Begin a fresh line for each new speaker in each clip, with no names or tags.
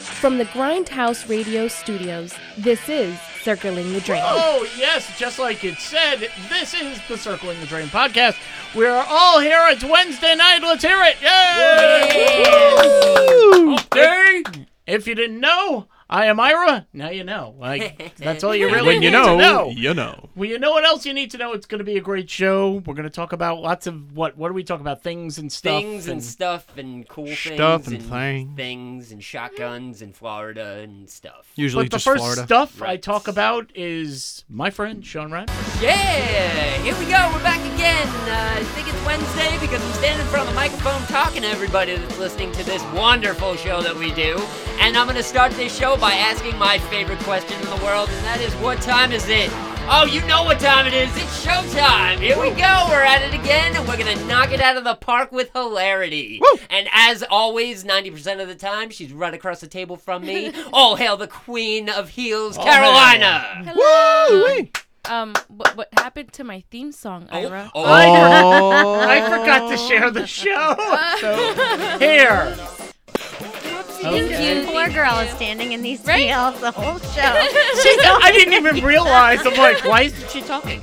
From the Grindhouse Radio Studios, this is Circling the Drain.
Oh, yes, just like it said, this is the Circling the Drain podcast. We are all here. It's Wednesday night. Let's hear it. Yay! Woo! Okay. If you didn't know, I am Ira. Now you know. Like, that's all you
And
really
when
need
you
to
know,
know.
you know.
Well, you know what else you need to know? It's going to be a great show. We're going to talk about lots of what? What do we talk about? Things and stuff.
things and, stuff and cool
Stuff
things
and things.
things and shotguns and Florida and stuff.
Usually
But the
just
first
Florida.
stuff I
Right.
talk about is my friend Sean Ryan.
Yeah, here we go. We're back again. Uh, I think it's Wednesday because I'm standing in front of the microphone talking to everybody that's listening to this wonderful show that we do. And I'm gonna start this show by asking my favorite question in the world, and that is, what time is it? Oh, you know what time it is. It's showtime. Here we go. We're at it again, and we're going to knock it out of the park with hilarity. And as always, 90% of the time, she's right across the table from me. All hail the queen of heels, Carolina.
Hello. Um, what, what happened to my theme song, Ira?
Oh,
Oh,
I forgot to share the show. So, here.
You poor girl is standing in these heels the whole show.
She, I didn't even realize. I'm like, why isn't she talking?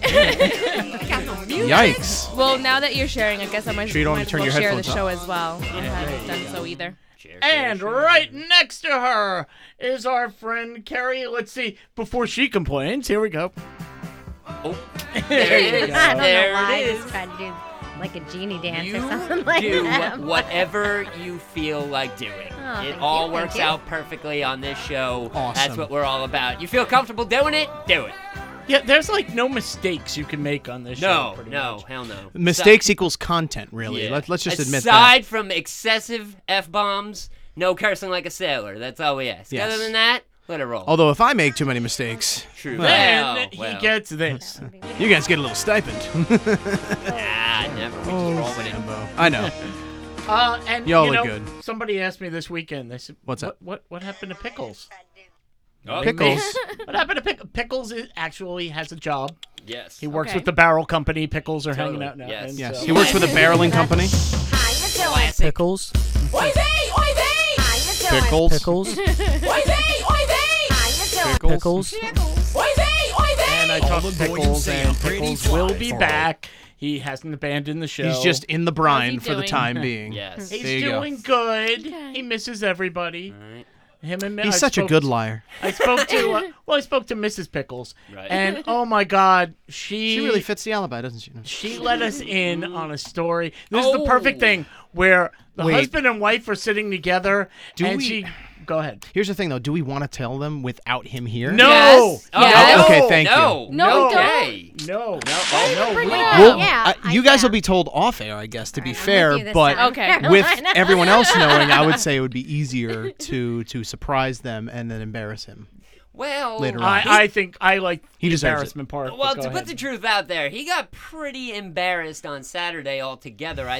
Yikes!
Well, now that you're sharing, I guess I might,
Sure you don't
might
wanna turn
as well
your
share the
headphones
show as well. I haven't done so either.
And right next to her is our friend Carrie. Let's see, before she complains, here we go.
Oh, there you go.
I don't
There
know
it
why. I
is.
just tried to do like a genie dance
You
or something like
do
that.
whatever you feel like doing.
Oh,
it
thank
all
you,
works
thank you.
out perfectly on this show.
Awesome.
That's what we're all about. You feel comfortable doing it? Do it.
Yeah, there's like no mistakes you can make on this show.
No,
pretty
no,
much.
hell no.
Mistakes equals content, really.
Yeah.
Let, let's just admit
Aside from excessive f bombs, no cursing like a sailor. That's all we ask.
Yes. Oh,
Other than that, let it roll.
that. Although if I make too many mistakes,
True.
Then
Well,
he
well.
gets this.
you guys get a little stipend.
Ah, never. We just
Oh.
roll with it.
I know.
Uh, and
Y'all
you
look
know,
good.
Somebody asked me this weekend. They said,
What's
what,
up?
What What happened to pickles?
Oh,
Pickles.
What happened to pickles? Pickles is, actually has a job.
Yes.
He works
Okay.
with the barrel company. Pickles are hanging
Totally,
out now.
yes.
and
Yes,
so-
he works with a barreling company.
Classic.
Pickles,
Pickles.
pickles, pickles.
And I talked to pickles, and pickles will be back. He hasn't abandoned the show.
He's just in the brine for the
doing?
time being.
Yes.
He's
There you go.
doing good.
Okay.
He misses everybody.
Alright.
Him and
He's
I
such a
spoke-
good liar.
I spoke to uh, well, I spoke to Mrs. Pickles,
Right.
and oh my God, she
She really fits the alibi, doesn't she?
she let us in on a story. This is the
Oh.
perfect thing where the
Wait.
husband and wife are sitting together,
Do
and
we-
she go ahead.
Here's the thing, though. Do we want to tell them without him here?
No.
Yes.
Oh, Yes.
okay, thank you.
no.
No,
No.
don't.
Hey.
No, Oh. no,
bring
we-
it up?
Well,
Yeah,
Oh, I-
I
you guys
can.
will be told off air, I guess, to be
All right, I'm
fair.
with you this
But
time,
Okay.
with
Carolina.
everyone else knowing, I would say it would be easier to to surprise them and then embarrass him.
Well.
Later on.
I, I think I like
He
the
deserves it.
embarrassment part. but
Well,
go
to put
ahead.
the truth out there, he got pretty embarrassed on Saturday altogether. I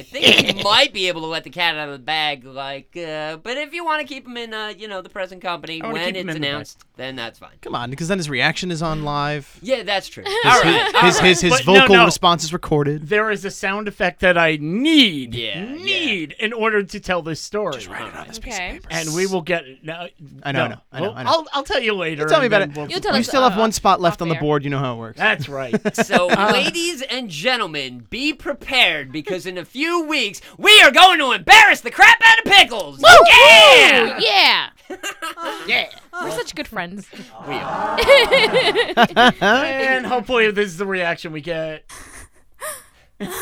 think he might be able to let the cat out of the bag, like. Uh, but if you want to keep him in, uh, you know, the present company
I wanna
when
keep him
it's
in the bag.
announced, then that's fine.
Come on, because then his reaction is on live.
Yeah, that's true.
His,
all right, all
his,
right.
his, his
But no,
vocal
no.
response is recorded.
there is a sound effect that I need,
Yeah, yeah.
need in order to tell this story.
Write it on this piece
Okay.
of paper.
And we will get it. No,
I know, I
no.
know, I know,
Well,
I know.
I'll, I'll tell you later.
Tell me
and
about
then
it.
we'll-
You'll tell
you
us,
still have
uh,
one spot left on
off
the
air.
board. You know how it works.
That's right.
So,
Uh,
ladies and gentlemen, be prepared because in a few weeks we are going to embarrass the crap out of pickles. Yeah,
Oh, yeah. We're such good friends.
we are.
and hopefully this is the reaction we get.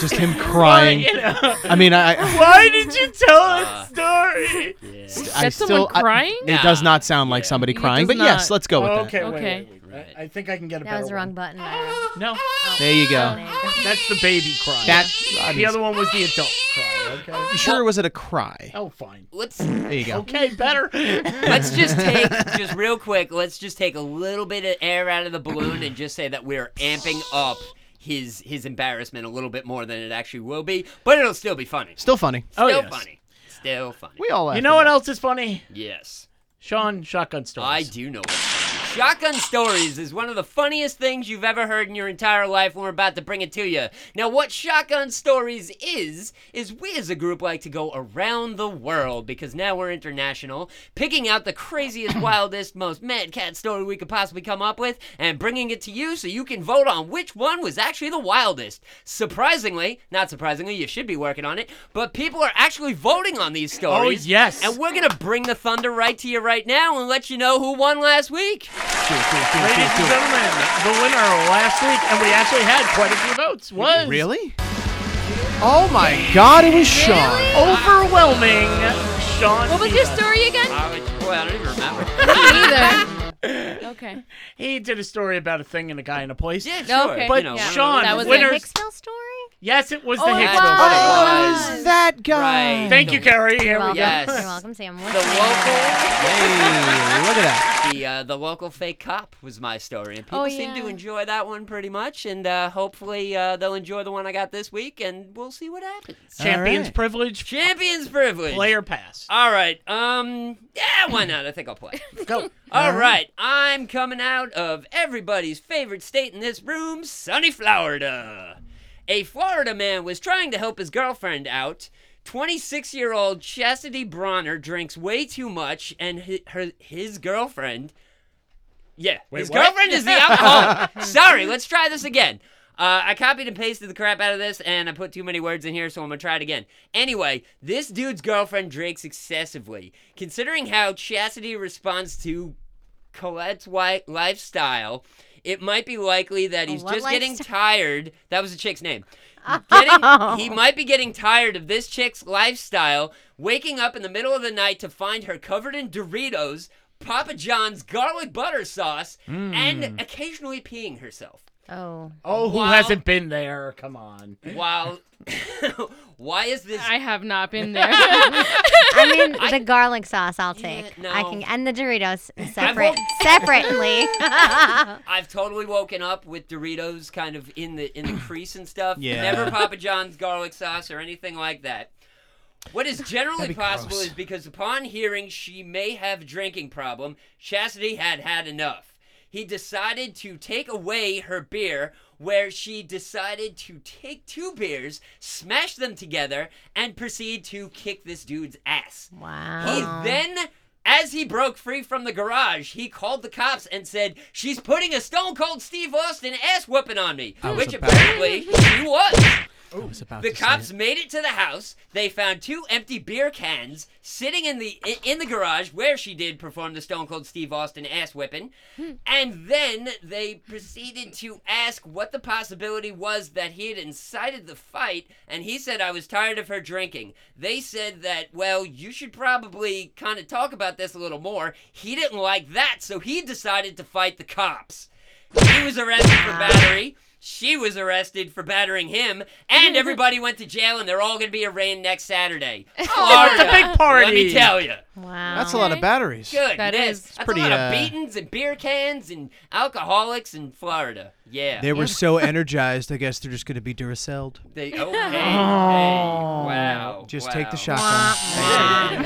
Just him crying.
You know,
I mean, I. I
why did you tell
Uh,
that story?
I
That's
still,
someone
I-
crying?
it does not sound like somebody
It
crying,
does
but yes,
not.
let's go with
okay, wait,
Okay.
wait, wait, wait. I, I think I can get a
That
better
was the wrong button. Ira.
One. No,
that. There you
Oh,
go.
there you go.
that's the baby cry.
That.
the other one was the adult cry. Okay.
Sure, was it a cry?
Oh, fine.
Let's
There you go.
Okay, better.
let's just take just real quick. Let's just take a little bit of air out of the balloon and just say that we're amping up his his embarrassment a little bit more than it actually will be, but it'll still be funny. Still
Still funny.
oh, yes.
funny. Still funny.
We all.
You
laughed
know
at
what
that.
else is funny?
Yes.
Sean, shotgun stories.
I do know what Shotgun Stories is one of the funniest things you've ever heard in your entire life, and we're about to bring it to you. Now, what Shotgun Stories is, is we as a group like to go around the world because now we're international, picking out the craziest, wildest, most mad cat story we could possibly come up with and bringing it to you so you can vote on which one was actually the wildest. Surprisingly, not surprisingly, you should be working on it, but people are actually voting on these stories.
yes.
And we're going to bring the thunder right to you right now and let you know who won last week.
Ladies and gentlemen, the winner last week, and we actually had quite a few votes, was
Really? Oh my God! It was Sean.
overwhelming Sean.
What was your
Diaz.
story again?
I was- boy, I don't even remember.
Me either. Okay.
He did a story about a thing and a guy in a place.
yeah,
No,
sure.
okay.
you
But
know,
Sean,
That was it.
winners.
Hicksville story?
Yes, it was
Oh,
the
it
Hicks
was.
Brothers.
Oh,
Oh, it was that guy.
Right.
Thank you, Carrie. Here
You're
we
welcome.
go.
Yes.
You're welcome, Sam.
The local,
Hey, look at that.
the, uh, the local fake cop was my story, and people
Oh,
seem to
yeah.
enjoy that one pretty much. And uh, hopefully, uh, they'll enjoy the one I got this week, and we'll see what happens.
Champions
All right.
privilege.
Champions privilege.
Player pass.
All right. Um. Yeah. Why not? I think I'll play.
Go.
All right. I'm coming out of everybody's favorite state in this room, sunny Florida. A Florida man was trying to help his girlfriend out. 26 year old Chastity Bronner drinks way too much, and his, her, his girlfriend. Yeah,
Wait,
his
what?
girlfriend is the alcoholic. Sorry, let's try this again. Uh, I copied and pasted the crap out of this, and I put too many words in here, so I'm gonna try it again. Anyway, this dude's girlfriend drinks excessively. Considering how Chastity responds to Colette's wi- lifestyle, it might be likely that he's
what
just getting
lifestyle?
tired. That was the chick's name. Getting, he might be getting tired of this chick's lifestyle, waking up in the middle of the night to find her covered in Doritos, Papa John's garlic butter sauce, and occasionally peeing herself.
Oh.
Oh, who
Wow.
hasn't been there? Come on.
Wow. Why is this?
I have not been there.
I mean, the garlic sauce I'll take.
Yeah,
I
no.
can and the Doritos separate
won't-
separately.
I've totally woken up with Doritos kind of in the in the crease and stuff.
Yeah.
Never Papa John's garlic sauce or anything like that. What is generally
That'd be
possible
gross.
is because upon hearing she may have drinking problem, Chastity had had enough. He decided to take away her beer where she decided to take two beers, smash them together and proceed to kick this dude's ass. He
wow.
then, as he broke free from the garage, he called the cops and said, She's putting a stone cold Steve Austin ass whooping on me.
was
Which
about-
apparently she was.
I was about
The
to say
cops
it.
made it to the house. They found two empty beer cans sitting in the i- in the garage where she did perform the Stone Cold Steve Austin ass whipping,
Hmm.
and then they proceeded to ask what the possibility was that he had incited the fight. And he said, "I was tired of her drinking." They said that, "Well, you should probably kind of talk about this a little more." He didn't like that, so he decided to fight the cops. He was arrested for
Ah.
battery. She was arrested for battering him, and everybody went to jail, and they're all going to be arraigned next Saturday. Florida,
It's a big party.
Let me tell you.
wow.
That's a lot of
Okay.
batteries.
Goodness.
That is-
That's
pretty,
a lot
uh,
of beatings and beer cans and alcoholics in Florida. Yeah.
They were so energized. I guess they're just going to be Duracelled.
They, oh, hey, hey, wow.
Oh. Just take the
wow.
shotgun.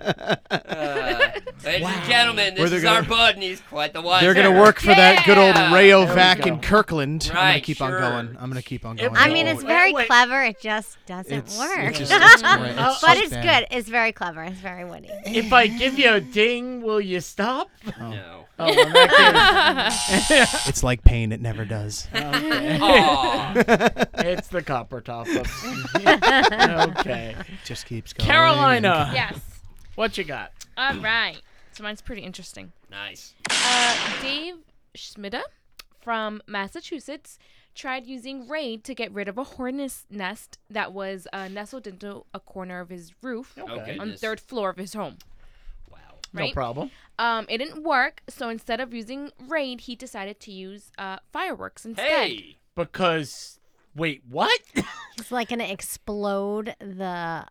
Uh, ladies and gentlemen,
Where
this
they're
is our
gonna-
bud, and he's quite the wise.
They're going to work for that good old
Yeah.
There
Rayovac
we
in
go.
Kirkland. I'm going
Right,
to keep
sure.
on going. I'm going to keep on
It
going.
I mean, it's
Wait,
very
wait.
clever. It just doesn't
it's,
work.
it's just, it's great. It's
but
just
it's
bad.
good. It's very clever. It's very witty.
If I give you a ding, will you stop?
No.
Oh, I'm not kidding.
It's like pain. It never does.
Aw.
it's the copper top ups. okay.
It just keeps going.
Carolina,
yes.
what you got?
All right. So mine's pretty interesting.
nice.
Uh, Dave Schmida from Massachusetts tried using Raid to get rid of a hornet's nest that was uh, nestled into a corner of his
Oh,
roof
Okay.
on the third floor of his home.
Oh, Wow.
Right?
No problem.
Um, it didn't work, so instead of using Raid, he decided to use uh, fireworks instead.
Hey.
Because, wait, what?
It's like gonna explode the.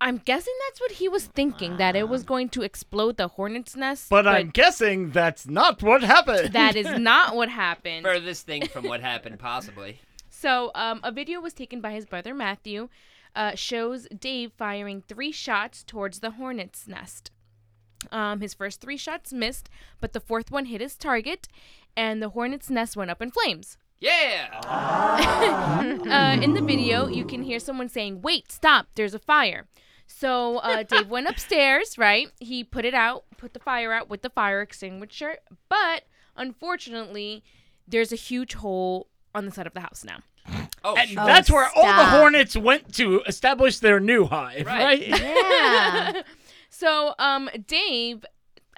I'm guessing that's what he was thinking, that it was going to explode the hornet's nest.
But I'm guessing that's not what happened.
That is not what happened.
Furthest thing from what happened, possibly.
So, um, a video was taken by his brother Matthew, uh, shows Dave firing three shots towards the hornet's nest. Um, his first three shots missed, but the fourth one hit his target, and the hornet's nest went up in flames.
Yeah.
Uh, in the video, you can hear someone saying, Wait, stop, there's a fire. So uh, Dave went upstairs, right? He put it out, put the fire out with the fire extinguisher, but unfortunately, there's a huge hole on the side of the house now.
Oh,
And
shoot.
that's where all the
stop.
hornets went to establish their new hive, right?
Right.
Yeah.
So um, Dave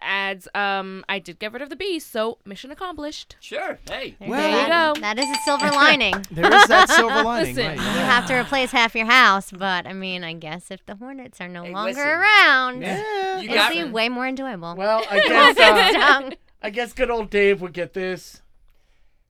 adds, um, I did get rid of the bee, so mission accomplished.
sure. Hey.
There's
Well-
There you
that.
go.
That is a silver lining.
There is that silver lining.
Listen.
right?
You have to replace half your house, but I mean, I guess if the hornets are no
Hey,
longer
listen.
around,
Yeah.
You
it'll
got
be
it.
way more enjoyable.
Well, I guess uh,
Stung.
I guess good old Dave would get this.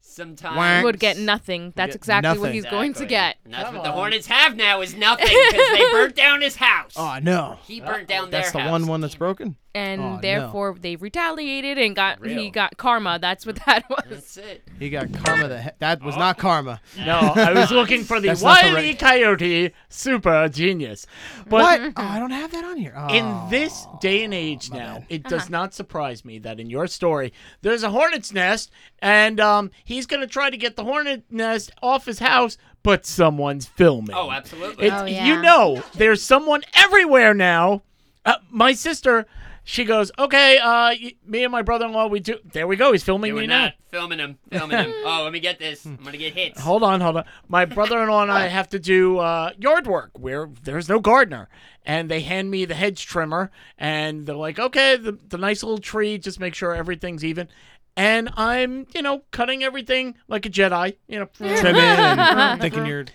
Sometimes.
Whack.
Would get nothing. That's
get
exactly what
nothing.
he's going to get.
And that's
Come
what the
on.
Hornets have now is nothing because they burnt down his house.
Oh no.
he burnt down their
That's the
house.
one one that's broken.
and
Oh, no.
therefore they retaliated and got he
Real.
got karma. That's what that was.
That's it.
He got karma. That that was not karma.
No, I was looking for the
That's not the
wily
right-
coyote super genius. But
What? Oh, I don't have that on here. Oh.
in this day and age now, it
Uh-huh.
does not surprise me that in your story there's a hornet's nest, and um, he's gonna try to get the hornet nest off his house, but someone's filming.
Oh, absolutely.
It's,
Oh, yeah.
You know, there's someone everywhere now. Uh, my sister, she goes, okay, uh, y- me and my brother-in-law, we do. There we go. He's filming
They
me
were
now.
not filming him. Filming him. Oh, let me get this. I'm gonna get hits.
Hmm. Hold on, hold on. My brother-in-law and I have to do uh, yard work where there's no gardener, and they hand me the hedge trimmer, and they're like, "Okay, the, the nice little tree. Just make sure everything's even." And I'm, you know, cutting everything like a Jedi. You know,
Tim in and thinking you're.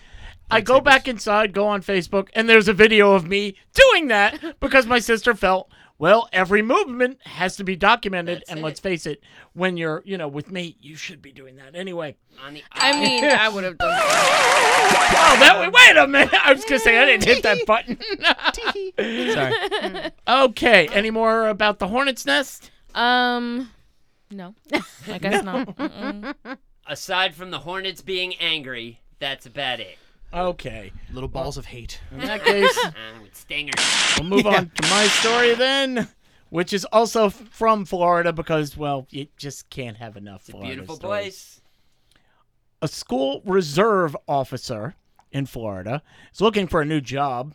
I go back inside, go on Facebook, and there's a video of me doing that because my sister felt, well, every movement has to be documented.
That's
and
it.
let's face it, when you're, you know, with me, you should be doing that anyway.
On the
I mean, I would have done.
Oh, that wa- wait a minute. I was gonna say I didn't hit that button.
Sorry.
okay. Any more about the hornet's nest?
Um, no, I guess not. Mm-mm.
aside from the Hornets being angry, that's about it.
Okay.
Little balls of hate.
In that case,
Uh, with Stinger.
we'll move on to my story then, which is also f- from Florida because, well, you just can't have enough.
It's a
Florida
beautiful
stories.
place.
a school reserve officer in Florida is looking for a new job.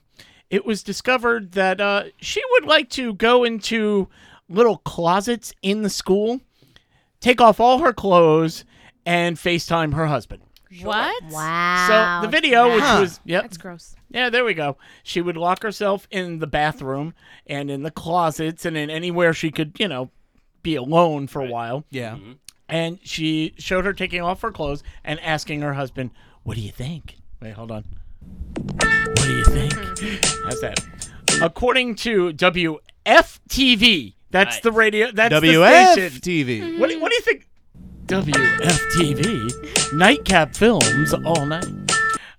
It was discovered that uh, she would like to go into little closets in the school, take off all her clothes, and FaceTime her husband.
What?
wow.
So the video, which
Huh.
was yep,
That's gross.
yeah, there we go. She would lock herself in the bathroom and in the closets and in anywhere she could, you know, be alone for a while
Yeah.
and she showed her taking off her clothes and asking her husband, "What do you think?" Wait, hold on. What do you think? How's that? According to WFTV, that's
Right.
the radio. That's the station.
WF TV.
What do, what do you think? WFTV, Nightcap Films all night.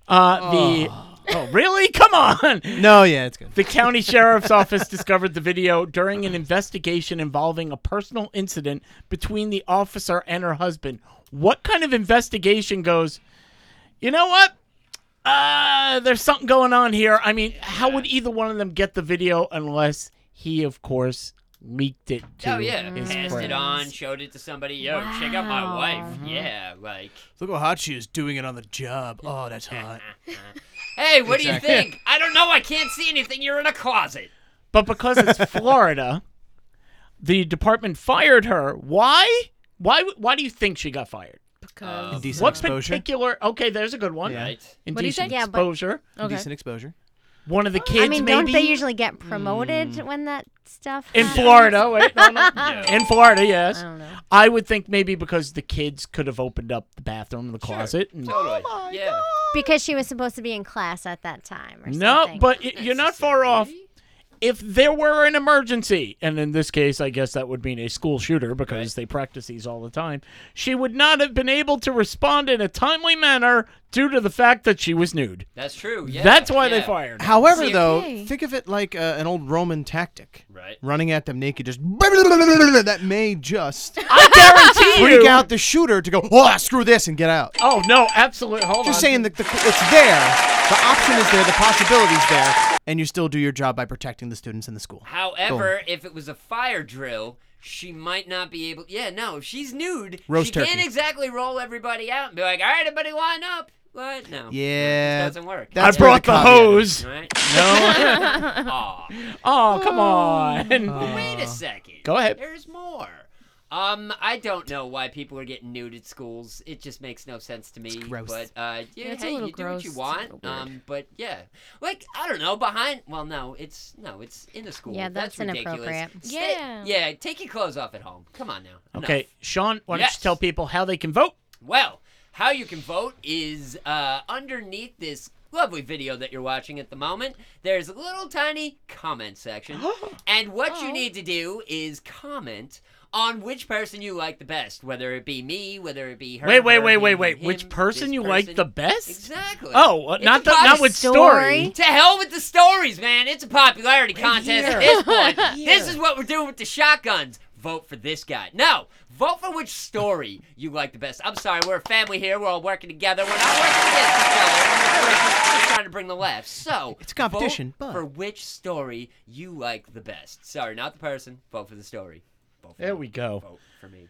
Uh, The oh really? Come on.
No, yeah, it's good.
The county sheriff's office discovered the video during an investigation involving a personal incident between the officer and her husband. What kind of investigation goes, you know what? Uh, there's something going on here. I mean, how would either one of them get the video unless he, of course, leaked it to
Oh yeah,
his
passed
friends?
it on, showed it to somebody. Yo, check out my wife. Yeah, like,
Look how hot she is doing it on the job. Oh, that's hot.
hey, what
Exactly.
do you think? I don't know. I can't see anything. You're in a closet.
But because it's Florida, the department fired her. Why? Why? Why do you think she got fired?
Because
Indecent
What
exposure.
particular? Okay, there's a good one.
Yeah.
Right.
What'd he say?
Indecent
Yeah, but-
exposure.
okay.
Decent exposure.
one of the kids
I mean,
maybe Mm.
don't they usually get promoted when that stuff
in
happens?
Florida. Wait, no, no. in Florida, yes.
I don't know.
I would think maybe because the kids could have opened up the bathroom and the closet.
Oh
and-
Totally. yeah.
Because she was supposed to be in class at that time or
No,
something.
but y- you're not far off. If there were an emergency, and in this case, I guess that would mean a school shooter because they practice these all the time, she would not have been able to respond in a timely manner due to the fact that she was nude.
That's true. Yeah.
That's why they
yeah.
fired her.
However, though,
okay.
think of it like uh, an old Roman tactic.
Right.
Running at them naked, just that may just
I guarantee you.
freak out the shooter to go, oh, screw this, and get out.
Oh, no, absolutely. Hold on.
Just saying that the, it's there. The option is there. The possibility's there. and you still do your job by protecting the students in the school.
However, if it was a fire drill, she might not be able. Yeah, no, if she's nude,
Roast
she can't
turkey.
exactly roll everybody out and be like, "All right, everybody, line up." What? No.
Yeah,
This doesn't work.
that's
I
where
brought the,
caveat is.
hose.
All right.
No.
Aw.
oh, come on.
Wait a second.
Go ahead.
There's more. Um, I don't know why people are getting nude at schools. It just makes no sense to me.
gross.
But uh, yeah,
it's a
hey,
little
you
gross.
do
It's a
what you
little
want. Um, but yeah, like I don't know behind. Well, no, it's no, it's in a school.
Yeah, that's
ridiculous.
inappropriate.
Stay-
Yeah.
yeah. Take your clothes off at home. Come on now. Enough.
Okay, Sean, why don't
Yes.
you tell people how they can vote?
Well, how you can vote is uh, underneath this lovely video that you're watching at the moment. There's a little tiny comment section.
Oh.
and what you need to do is comment on which person you like the best, whether it be me, whether it be her.
Wait, wait,
her,
wait,
him,
wait, wait.
him,
Which
this
person you like
person.
the best?
Exactly.
Oh, uh,
It's
not
a
the, not
popular-
with
story.
story.
To hell with the stories, man. It's a popularity contest
here.
at this point. this is what we're doing with the shotguns. Vote for this guy. No, vote for which story you like the best. I'm sorry, we're a family here. We're all working together. We're not working against each other. We're just, just trying to bring the laugh. So
It's a competition,
vote
but-
for which story you like the best. Sorry, not the person. Vote for the story. Vote for
There
me.
we go.
Vote for me.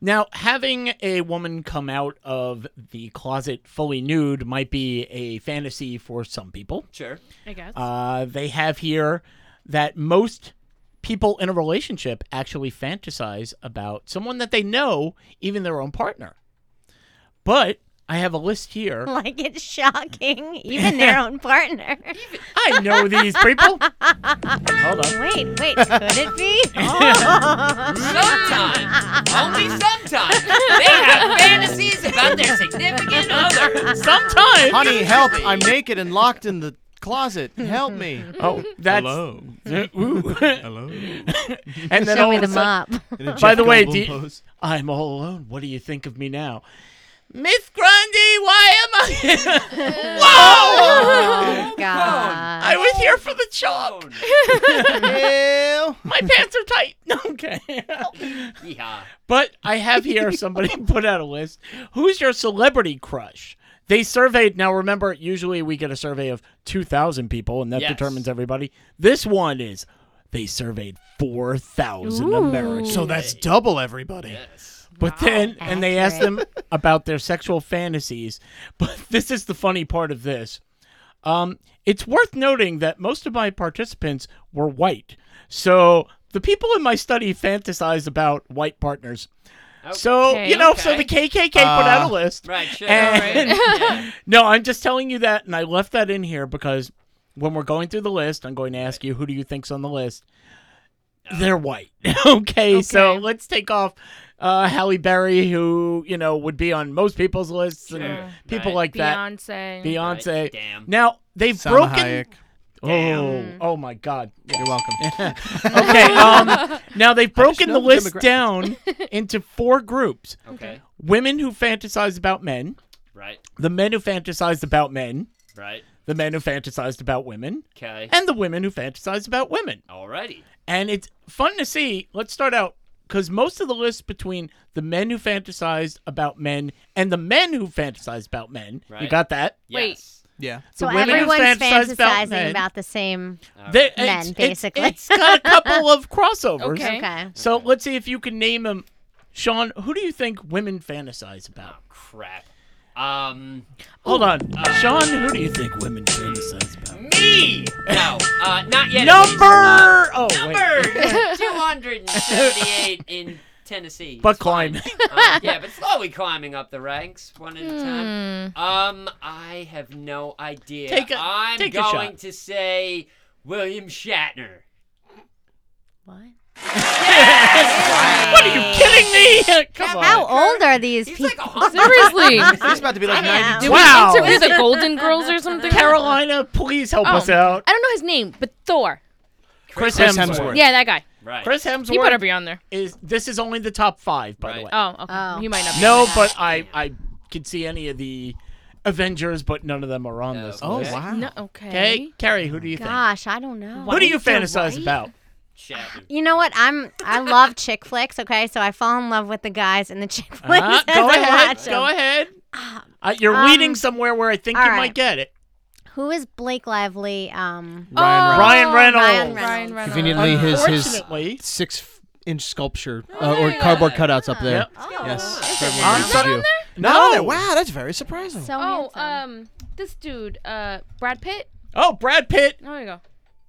Now, having a woman come out of the closet fully nude might be a fantasy for some people.
Sure.
I guess.
Uh, they have here that most people in a relationship actually fantasize about someone that they know, even their own partner. But I have a list here.
Like it's shocking, even their own partner.
I know these people. Hold on.
Wait, wait, could it be?
Sometimes, only sometimes, they have fantasies about their significant other.
Sometimes.
Honey, help! I'm naked and locked in the closet. Help me.
Oh, that's. Ooh.
Hello.
and then
Show
all
me
of a
the
sudden-
mop.
By the way, do you- I'm all alone. What do you think of me now? Miss Grundy, why am I? Whoa!
Oh, God.
I was here for the chalk.
Phone.
My pants are tight. Okay.
Yeehaw.
But I have here somebody put out a list. Who's your celebrity crush? They surveyed. Now, remember, usually we get a survey of 2,000 people, and that
Yes.
determines everybody. This one is they surveyed 4,000 Americans.
so that's double everybody.
Yes.
But then, and they asked them about their sexual fantasies. But this is the funny part of this. Um, it's worth noting that most of my participants were white. So the people in my study fantasized about white partners. So, you know, so
Okay.
the KKK put out a list.
Uh, Right, sure.
And-
Yeah.
No, I'm just telling you that, and I left that in here because when we're going through the list, I'm going to ask you who do you think's on the list.
Oh.
They're white. okay, so
Okay.
let's take off uh, Halle Berry, who you know would be on most people's lists,
Sure.
and people
Right.
like that.
Beyonce.
Beyonce.
Right, damn.
Now they've
Salma
broken.
Hayek.
Oh,
Mm.
oh my God.
You're welcome.
Okay. Um, now they've broken
know
the
the
list
demographics.
down into four groups:
Okay.
women who fantasize about men,
Right.
the men who fantasize about men,
Right.
the men who fantasized about women,
Okay.
and the women who fantasized about women.
Alrighty.
And it's fun to see. Let's start out because most of the list between the men who fantasized about men and the men who fantasized about men, you
Right.
got that?
Wait.
Yes.
yeah.
So
The women who
everyone's
fantasize about
fantasizing
men.
about the same.
They-
Men,
it's- it's-
basically.
it's got a couple of crossovers.
Okay.
Okay.
So let's see if you can name them. Sean, who do you think women fantasize about?
Oh crap. Um.
Hold on. Uh, Sean, who do you think women fantasize about?
Me. No. Uh. Not yet.
Number. Oh, wait.
Number. Two hundred and seventy-eight in Tennessee.
But
It's fine.
climb.
Um, yeah, but slowly climbing up the ranks, one at a time. Um. I have no idea.
Hmm. Take a-
I'm
take a shot.
going to say William Shatner.
What?
What are you kidding me? Come on.
How old are these
He's like
people?
a hundred.
Seriously.
He's about to be like
Damn.
92.
Did
Wow.
we interview the Golden Girls or something?
Carolina, please help
Oh,
us out.
I don't know his name, but Thor.
Chris,
Chris
Hemsworth.
Hemsworth.
Yeah, that guy.
Right.
Chris
He better
Hemsworth
be on there.
is. This is only the top five, by the
Right.
way.
Oh, okay.
Oh.
He might not be.
no, but I I could see any of the Avengers, but none of them are on this.
Oh,
Okay.
wow.
No, okay.
Okay, Carrie, who do you
Gosh, I don't know.
think? Who do you
White or
fantasize
white?
about?
Shatner.
You know what? I'm I love chick flicks. Okay, so I fall in love with the guys in the chick flicks.
Uh,
as
go
I
ahead,
watch 'em.
go ahead. Uh, you're
um,
leading somewhere where I think you
all right.
might get it.
Who is Blake Lively? Um,
Oh,
Ryan Reynolds.
Ryan Reynolds.
Ryan Reynolds.
Conveniently, his his
Unfortunately,
six inch sculpture uh, or cardboard cutouts up there.
Yep.
Yes.
On
Yes.
some-
you.
no.
No, Oh, Wow, that's very surprising.
so
Oh,
handsome.
um, this dude, uh, Brad Pitt.
Oh, Brad Pitt.
There we go.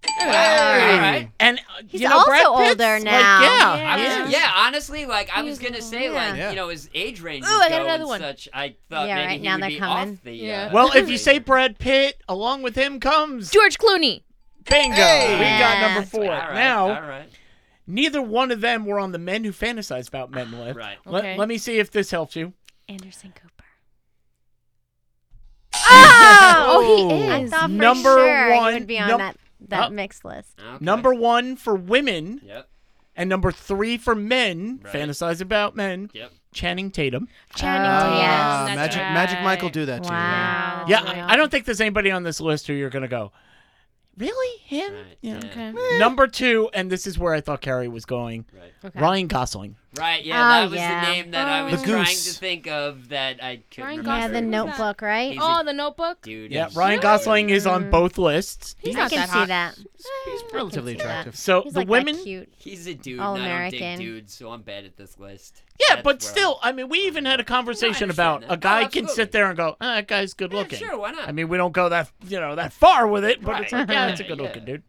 Oh,
All right.
And uh,
Mm. He's
you know, Brad
also
Pitt's,
older
like,
now.
yeah,
Yeah.
I was-
Yeah.
yeah. honestly, like I was
He's-
gonna say,
yeah.
like
Yeah.
you know, his age range.
Ooh,
is
I got
go
another
and
one.
Such, I thought
Yeah,
maybe
right
he
now
would
they're
be
coming.
off the.
Yeah.
Uh,
Well, if you
range.
say Brad Pitt, along with him comes
George Clooney.
bingo. We got
Yeah.
number four.
All right,
now,
all right.
neither one of them were on the men who fantasize about men list.
Right.
Let,
Okay.
let me see if this helps you.
Anderson Cooper. Oh,
Oh, he
I
is.
thought for
Number
sure
one,
he would be on
num-
that
Oh.
that mixed list.
Okay.
Number one for women
Yep.
and number three for men,
Right.
fantasize about men,
Yep.
Channing Tatum.
Channing
Ah,
Tatum.
Yes, that's
magic,
right.
magic Michael do that to
Wow.
yeah, I, I don't think there's anybody on this list who you're going to go, really? Him?
Right.
Yeah.
yeah,
Okay.
Number two, and this is where I thought Carrie was going
Right.
Okay.
Ryan Gosling.
Right. Yeah.
Oh,
that was
yeah.
the name that I
Oh.
was
The
trying to
goose.
think of that I couldn't
Ryan
remember.
Yeah,
Gosling.
the
Who's
notebook, right?
He's
Oh,
a
the Notebook.
dude.
Yeah,
he's-
Ryan Gosling is on
Mm.
both lists.
He's
I
not
can
that
see
hot.
that.
He's
I
relatively
can see that.
attractive.
So
He's
Oh, the
like that
women,
cute.
He's a dude.
All
and I don't dig
American.
dudes, so I'm bad at this list.
yeah,
That's
but
where
still, I mean, we even had a conversation about
understand
a
that.
guy
Oh,
can
absolutely.
sit there and go, ah, "That guy's good
I'm, yeah,
looking."
sure. Why not?
I mean, we don't go that you know that far with it, but it's
Right.
like, yeah, it's a
Yeah,
good looking
yeah.
dude.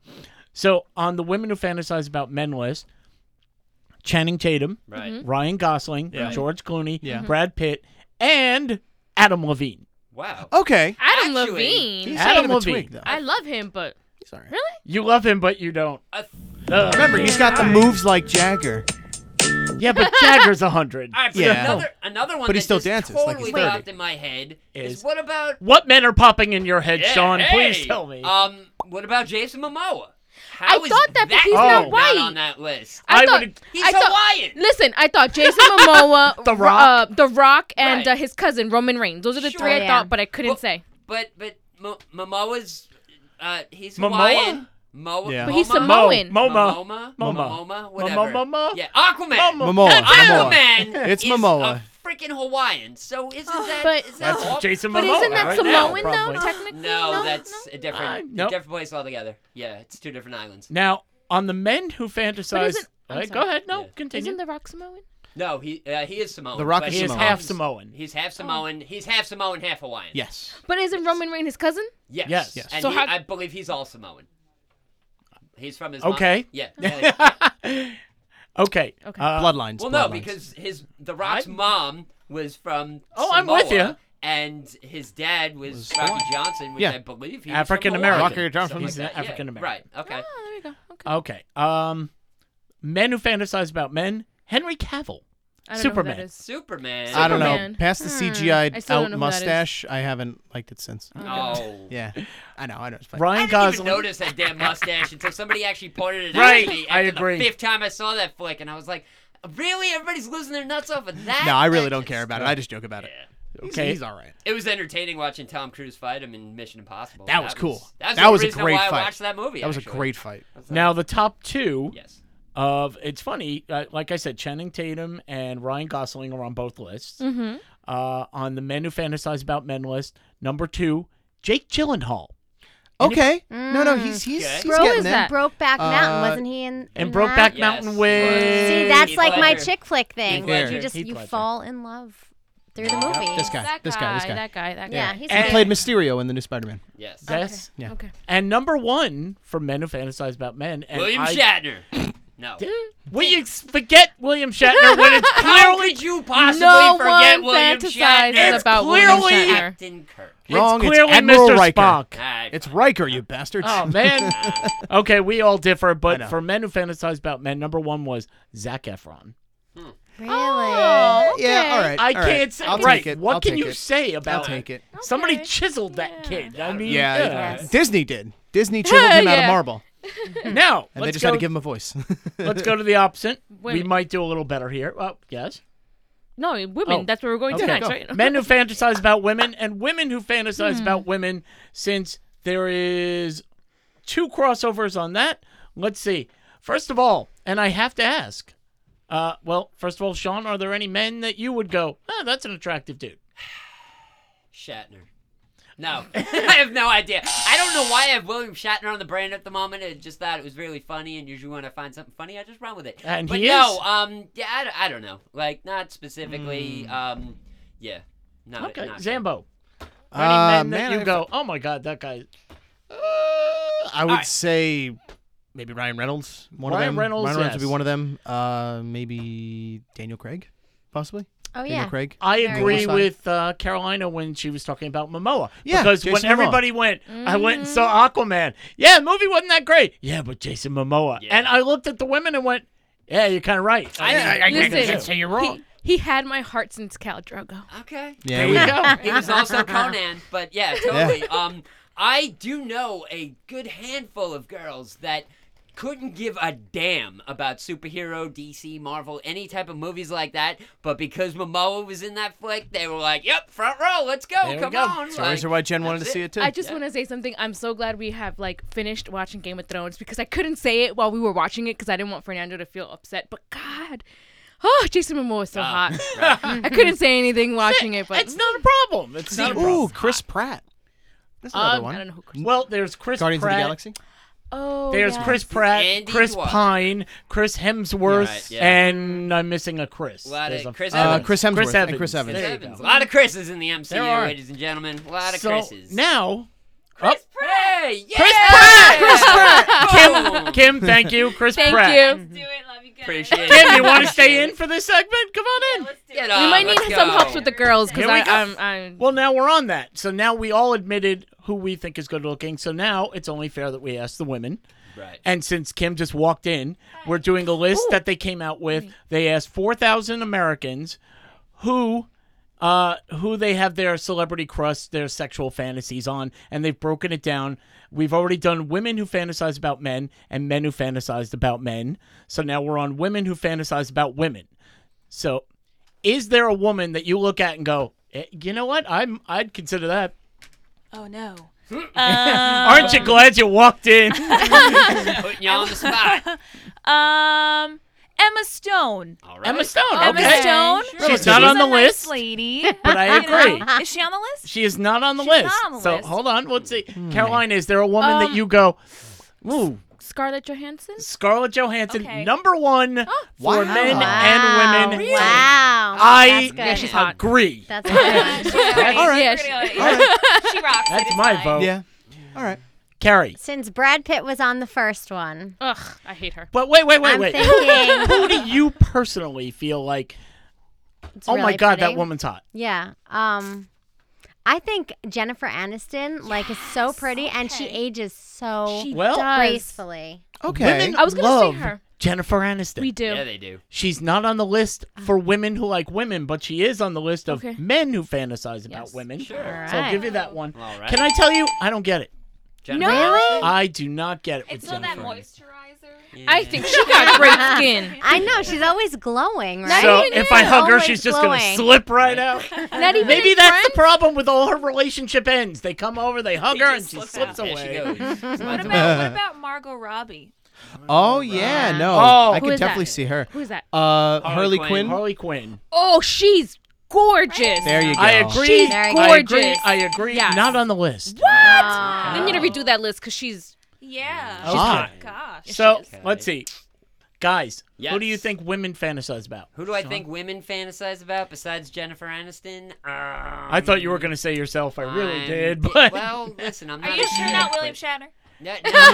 So on the women who fantasize about men list, Channing Tatum,
right.
Ryan Gosling,
Yeah.
George Clooney,
Yeah. Mhm.
Brad Pitt, and Adam Levine.
Wow.
Okay.
Adam
Actually,
Levine.
He's
Adam
kind of a
Levine.
twig, though.
I love him, but
Sorry.
You love him, but you don't.
A th-
Ugh.
Remember, he's got the moves like Jagger.
yeah, but Jagger's a hundred.
All right, but
Yeah.
another another one
But
that
he still
just
dances, like
totally
he's
popped
30.
in my head is,
Is-
what about
What men are popping in your head,
Yeah,
Sean?
hey!
Please tell me.
Uh,
Um, what about Jason Momoa?
I
How is
thought that, but he's
not
white.
on that list.
I
I, thought
would've-
He's
I thought,
Hawaiian.
Listen, I thought Jason Momoa,
The
Ro-
Rock.
uh, The Rock, and
Right.
uh, his cousin Roman Reigns. Those are the
Sure.
three I
Yeah.
thought, but I couldn't
Well,
say.
But but Mo- Momoa's uh, he's
Momoa?
Hawaiian. Mo-
Yeah.
But he's
Moma?
Mo-
Samoan.
Momoa.
Momoma,
Momoa.
Momoma,
Momoa, Momoa?
whatever. Yeah, Aquaman.
Momoa.
Momoa.
And
Momoa.
Aquaman.
It's
is
Momoa.
A freaking Hawaiian. So isn't that?
Oh, But-
is that
That's
Haw-
Jason Momoa.
But isn't that
right now,
Samoan though?
probably.
Technically,
No, that's a different,
Uh,
a
nope.
different place altogether. Yeah, it's two different islands.
Now, on the men who fantasize.
isn't- I'm
All right, go
sorry.
ahead. No,
Yeah.
continue.
Isn't The Rock Samoan?
No, he uh, he is Samoan.
The Rock
but
is
he is
his
Samoan.
half
mom's-
Samoan.
He's half Samoan. Oh. He's half Samoan, half Hawaiian.
Yes.
But isn't Roman Reigns his cousin?
Yes.
Yes. Yes.
And
So
he-
how-
I believe he's all Samoan. He's from his.
Okay.
Mom. Yeah. Uh,
Okay.
Okay.
Uh,
Bloodlines.
well, no,
bloodlines.
because his the Rock's
I-
mom was from.
Oh, I'm with
Samoa,
ya.
And his dad was Rocky Johnson, which
Yeah.
I believe he
African
was from Hawaii,
American.
Rocky Johnson.
something
He's
like
an
that, yeah.
African American.
Right. Okay.
Oh, there you go. Okay.
Okay. Um, men who fantasize about men. Henry Cavill.
I don't Know
Superman.
who that is.
Superman.
I don't know.
Superman. Hmm.
Past the
I
CGI
still don't
out
know who that is.
mustache, I haven't liked it since.
Oh.
Yeah. I know. I know. It's fine.
I
Ryan
didn't even
Gosling.
notice that damn mustache until somebody actually pointed it
Right,
out to me.
I
after the
agree.
fifth time I saw that flick, and I was like, "Really? Everybody's losing their nuts off of that?"
No, I really
That
don't
just-
care about it. I just joke about it.
Yeah.
He's-
Okay.
He's all right.
It was entertaining watching Tom Cruise fight him in Mission Impossible.
That was cool.
That's
That
the
was a
reason
great
why I
fight.
watched that movie.
That was a
actually.
great fight.
Now the top two
Yes.
of it's funny. Uh, like I said, Channing Tatum and Ryan Gosling are on both lists.
Mm-hmm.
Uh, on the men who fantasize about men list, number two, Jake Gyllenhaal.
Okay. No, no,
Mm.
he's he's,
Okay.
he's
Bro,
getting
is
there.
that?
Brokeback Mountain
Uh,
wasn't he in?
And
in
Brokeback
that?
Yes.
Mountain with
See,
Heath
that's like my
Ledger.
chick flick thing.
Heath
Like
Ledger.
you just
Heath
you
Ledger.
fall in love through the movie.
This guy.
That
This guy. This guy.
That guy. That guy.
Yeah, he's
And-
good.
Played Mysterio in the new Spider-Man.
Yes.
Yes.
Yeah.
Okay.
And number one for men who fantasize about men. And
William
I,
Shatner. No.
Will you forget William Shatner when it's
How
clearly
could you possibly
No
forget
one
William
fantasizes
Shatner?
about
clearly-
William Shatner.
Captain Kirk.
it's
Wrong, it's
clearly
Admiral
Mr.
Riker.
Spock.
All
Ah,
right.
It's Riker, you bastards.
Oh man. okay, we all differ,
I
but
know.
for men who fantasize about men, number one was Zach Efron.
Really?
Oh, okay.
Yeah, all right.
I
all right.
can't say
I'll take
right.
it.
What
I'll
can
take
you
it.
say
I'll
about
take it.
Somebody
Okay.
chiseled that kid. I mean,
Yeah,
yeah.
Yes.
Disney did. Disney chiseled him out
Yeah.
of marble,
Now
and they
let's
just
go.
had to give him a voice.
let's go to the opposite. We
Women.
might do a little better here. Oh, yes.
No, women.
Oh.
That's where we're going to
Okay.
next, right? Hmm.
men who fantasize about women and women who fantasize about women since there is two crossovers on that let's see first of all and i have to ask uh, well first of all sean are "Ah, there any men that you would go oh that's an attractive dude
Shatner. No, I have no idea. I don't know why I have William Shatner on the brain at the moment. I just thought it was really funny, and usually when I find something funny, I just run with it.
And
but
he
no,
is?
um, yeah, I, d- I don't know. Like, not specifically. Um, yeah, not
Hmm. Okay,
not sure.
Uh, Zambo. Any
Uh,
men that
man,
you
I-
go, oh my god, that guy.
I would
Alright.
say maybe Ryan Reynolds. One
Ryan
of them.
Reynolds,
Ryan Reynolds would
yes.
be one of them. Uh, maybe Daniel Craig, possibly.
Oh
Daniel
yeah.
Craig.
I
Very
agree
well said.
with uh, Carolina when she was talking about Momoa.
Yeah,
because when
Jason Momoa.
everybody went, I went and saw
Mm-hmm.
Aquaman. Yeah, the movie wasn't that great. Yeah, but Jason Momoa.
Yeah.
And I looked at the women and went, Yeah, you're kind of right.
I- I- I
Listen,
you're
He, he had my heart since Cal Drogo.
Okay.
Yeah,
There
yeah.
we
He
go.
was also Conan, but yeah, totally. Um, I do know a good handful of girls that couldn't give a damn about superhero, DC, Marvel, any type of movies like that, but because Momoa was in that flick, they were like, "Yep, front row, let's go,
There we
come
go.
on."
So reason why Jen wanted to
that's
see it too.
I just want to say something. I'm so glad we have like finished watching Game of Thrones because I couldn't say it while we were watching it because I didn't want Fernando to feel upset. But God, oh, Jason Momoa is so hot. I couldn't say anything watching it, but
it's not a problem. It's not a problem.
Ooh, Chris Pratt. That's another
um,
one.
I don't know who. Chris-
Well, there's Chris
Guardians
Pratt.
of the Galaxy.
Oh,
There's
yeah.
Chris Pratt,
Andy
Chris
Dwyer.
Pine, Chris Hemsworth,
Right, yeah.
and I'm missing a Chris.
A lot of
There's a-
Chris
Uh,
Evans.
Chris Hemsworth
Chris
and
Evans.
Chris Evans.
There you
Evans.
go.
A lot of Chris's in the MCU,
There are.
ladies and gentlemen. A lot of
so
Chris's.
now, Oh.
Chris Pratt. Yeah! Oh.
Chris Pratt! Chris
Pratt. Boom.
Kim, thank you, Chris
Thank
Pratt.
you.
Do it. Love you guys.
Appreciate Oh, it.
Kim, you want to stay in for this segment? Come on in.
Let's do
Get
it.
up.
We might need
Let's
some
go.
helps with the girls because
Here we
I,
go.
I'm, I'm.
Well, now we're on that. So now we all admitted who we think is good looking. So now it's only fair that we ask the women.
Right.
And since Kim just walked in, we're doing a list that they came out with. They asked 4,000 Americans who uh, who they have their celebrity crust, their sexual fantasies on, and they've broken it down. We've already done women who fantasize about men and men who fantasized about men. So now we're on women who fantasize about women. So is there a woman that you look at and go, "Eh, you know what? I'm I'd consider that.
Oh no.
Aren't you glad you walked in?
Putting you on the spot.
Um, Emma Stone.
All right.
Emma Stone.
Emma
okay.
Stone.
She's not on
a
the
nice
list,
lady.
but I
You know?
agree.
Is she on the list?
She is not on the
She's
list.
not on the
so
list.
hold on. Let's see.
Hmm.
Caroline, is there a woman that
Um,
you go, ooh,
Scarlett Johansson.
Scarlett Johansson,
Okay.
number one for
Wow.
men
Wow.
and women?
Wow.
I
That's good.
she's hot.
agree.
That's good.
She's great.
All right.
We're
Yeah,
gonna- she rocks. it,
That's
it's
my
fine.
vote.
Yeah. All right.
Carrie.
Since Brad Pitt was on the first one,
Ugh, I hate her.
But wait, wait, wait,
I'm
wait.
thinking.
Who do you personally feel like,
It's
oh my
really
God,
pretty.
that woman's hot?
Yeah. Um, I think Jennifer Aniston like is so pretty and she ages so
She
Well-
does.
gracefully.
Okay.
Women
I was gonna say
love
her.
Jennifer Aniston.
We do.
Yeah, they do.
She's not on the list for women who like women, but she is on the list of
Ah. Okay.
men who fantasize about
Yes.
women.
Sure. All
So I'll give
right.
you that one.
All right.
Can I tell you? I don't get it.
Jennifer
Really?
I do not get it
It's
with
not that
Jennifer.
moisturizer.
I think she got great skin.
I know she's always glowing, right?
so
even Oh
if I
you.
hug her,
Always
she's just going to
glowing.
slip right out.
Not even
Maybe
in
that's
Friends?
the problem with all her relationship ends. They come over, they hug her, and she slips
There
away.
she goes.
What about what about Margot Robbie?
Oh yeah. No.
Oh.
Who
I could
is that?
definitely see her.
Who's that?
Harley
Uh, Harley
Quinn.
Quinn.
Harley Quinn.
Oh, she's gorgeous.
There you go.
I agree.
She's
I agree.
gorgeous.
I agree.
Yes.
Not on the list.
I need to redo that list because she's
Yeah.
She's
Ah.
hot.
Gosh.
So
Okay.
let's see, guys. Who do you
Yes.
think women fantasize about?
Who do I think women fantasize about besides Jennifer Aniston? Um,
I thought you were going to say yourself. I really
I'm-
did,
yeah,
but
well, listen, I'm
Are
not.
you
a
sure
chef,
not
but-
William Shatner?
No, no, no, no.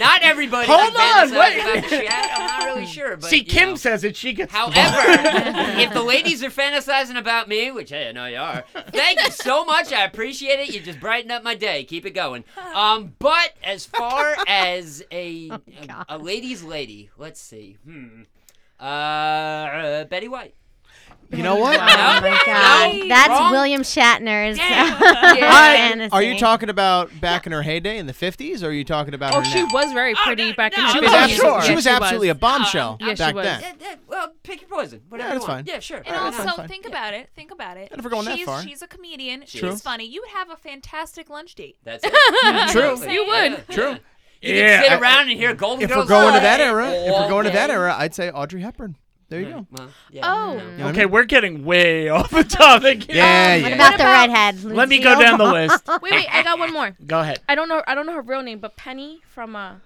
not everybody.
Hold on,
fantasizes
wait.
About the chef. I'm not really sure, but
see,
you
Kim
know.
says it. She gets. the vote.
However, if the ladies are fantasizing about me, which hey, I know you are, thank you so much. I appreciate it. You just brighten up my day. Keep it going. Um, but as far as a a, a lady's lady, let's see. Hmm. Uh, Betty White.
You know what?
Oh my god,
No,
that's
wrong.
William Shatner's. fantasy.
Are you talking about back in her heyday in the 50s, or are you talking about
oh,
her
she
now?
was very pretty back
no,
in
She
the
was,
Oh,
fifties.
abso-
sure.
she
Yes,
was absolutely a bombshell
Yeah, she
back
was.
then.
Yeah, yeah, well, pick your poison. Whatever
that's
you want.
fine.
Yeah, sure.
And
Why not?
also,
fine.
think about it. Think about it.
If we're going that
she's,
far.
She's a comedian. She's
True.
funny. You would have a fantastic lunch date.
That's it.
True.
You would. True. You
Yeah,
can sit
I-
around and hear Golden
If
Girls.
we're going
all
to that
day,
era, if
all
we're going to that
day.
era, I'd say Audrey Hepburn. There you go.
Well, yeah,
Oh.
no.
You know what I
Okay,
mean?
we're getting way off the topic. here. Um,
Yeah,
What
yeah.
about the
about-
redhead?
Let me go
Lucille?
down the list.
Wait, wait, I got one more.
Go ahead.
I don't know. I don't know her real name, but Penny from uh.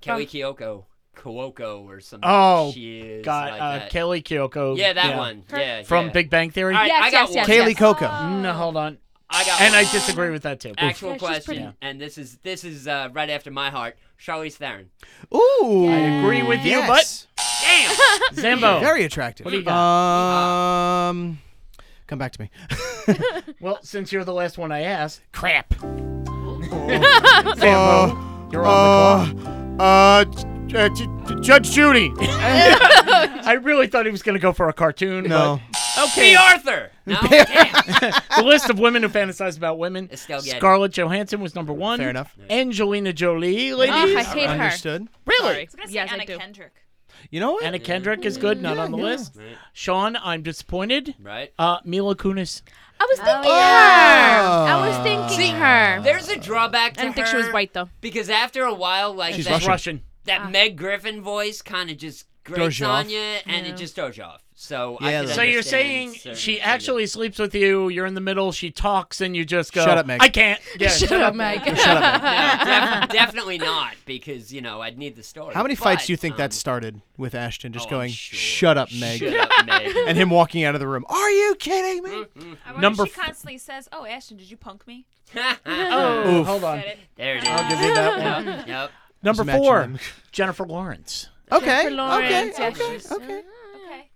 Kelly
Um,
Kyoko, Kyoko or some
Oh,
shiz
Got
like
uh,
that.
Kelly Kyoko.
yeah, that one. Yeah,
from
yeah.
Big Bang Theory.
All right,
Yes,
I got
yes, yes,
one.
Kaylee
yes.
Coco.
No, hold on.
I got
And
one.
I disagree with that too.
actual
Yeah, she's
question,
pretty.
and this is this is uh, right after my heart. Charlize Theron.
Ooh.
I agree with you,
yes.
Damn.
Zambo.
Very attractive.
What do you
Um, come back to me.
well, since you're the last one I asked,
Crap.
Zambo, you're on the clock.
uh, Judge Judy.
I really thought he was going to go for a cartoon.
No.
But okay.
P. Arthur. No. Damn.
the list of women who fantasize about women.
Estelle Getty.
Scarlett Johansson was number one.
Fair enough.
Angelina Jolie,
Oh,
Uh-huh.
I
ladies.
hate her.
Understood.
really?
I was gonna say
Yes, I
Anna
do.
Kendrick.
You know what?
Anna Kendrick is good, not on the list.
Right.
Sean, I'm disappointed.
Right.
Uh, Mila Kunis.
I was
Oh,
thinking her. I was thinking her.
There's a drawback to
I didn't think she was
her,
white though. Ah.
Because after a while, like
She's
that,
Russian.
Russian.
that Meg Griffin voice kind of just grates
Throws you
on
off.
you, and it just throws you off. So I can
Yeah, that's-
So you're
understand
saying
certain
she
things.
actually sleeps with you, you're in the middle, she talks, and you just go,
Shut up, Meg.
I can't. Yeah, shut, up,
Meg.
Shut up.
No, def- definitely not, because you know I'd need the story.
How many fights
But,
do you think
um,
that started with Ashton
oh,
just
I'm
going,
sure.
"Shut up, Meg,"
Shut up, Meg.
and him walking out of the room? Are you kidding me?
I wonder
Number
if she
f-
constantly says, "Oh, Ashton, did you punk me?"
Oh,
Oof.
hold on.
Get it?
there it is.
I'll give you that one.
Yep, yep.
Number
matching
four,
them.
Jennifer Lawrence.
Okay. Okay.
Lawrence, yeah,
Okay.
she's-
Okay.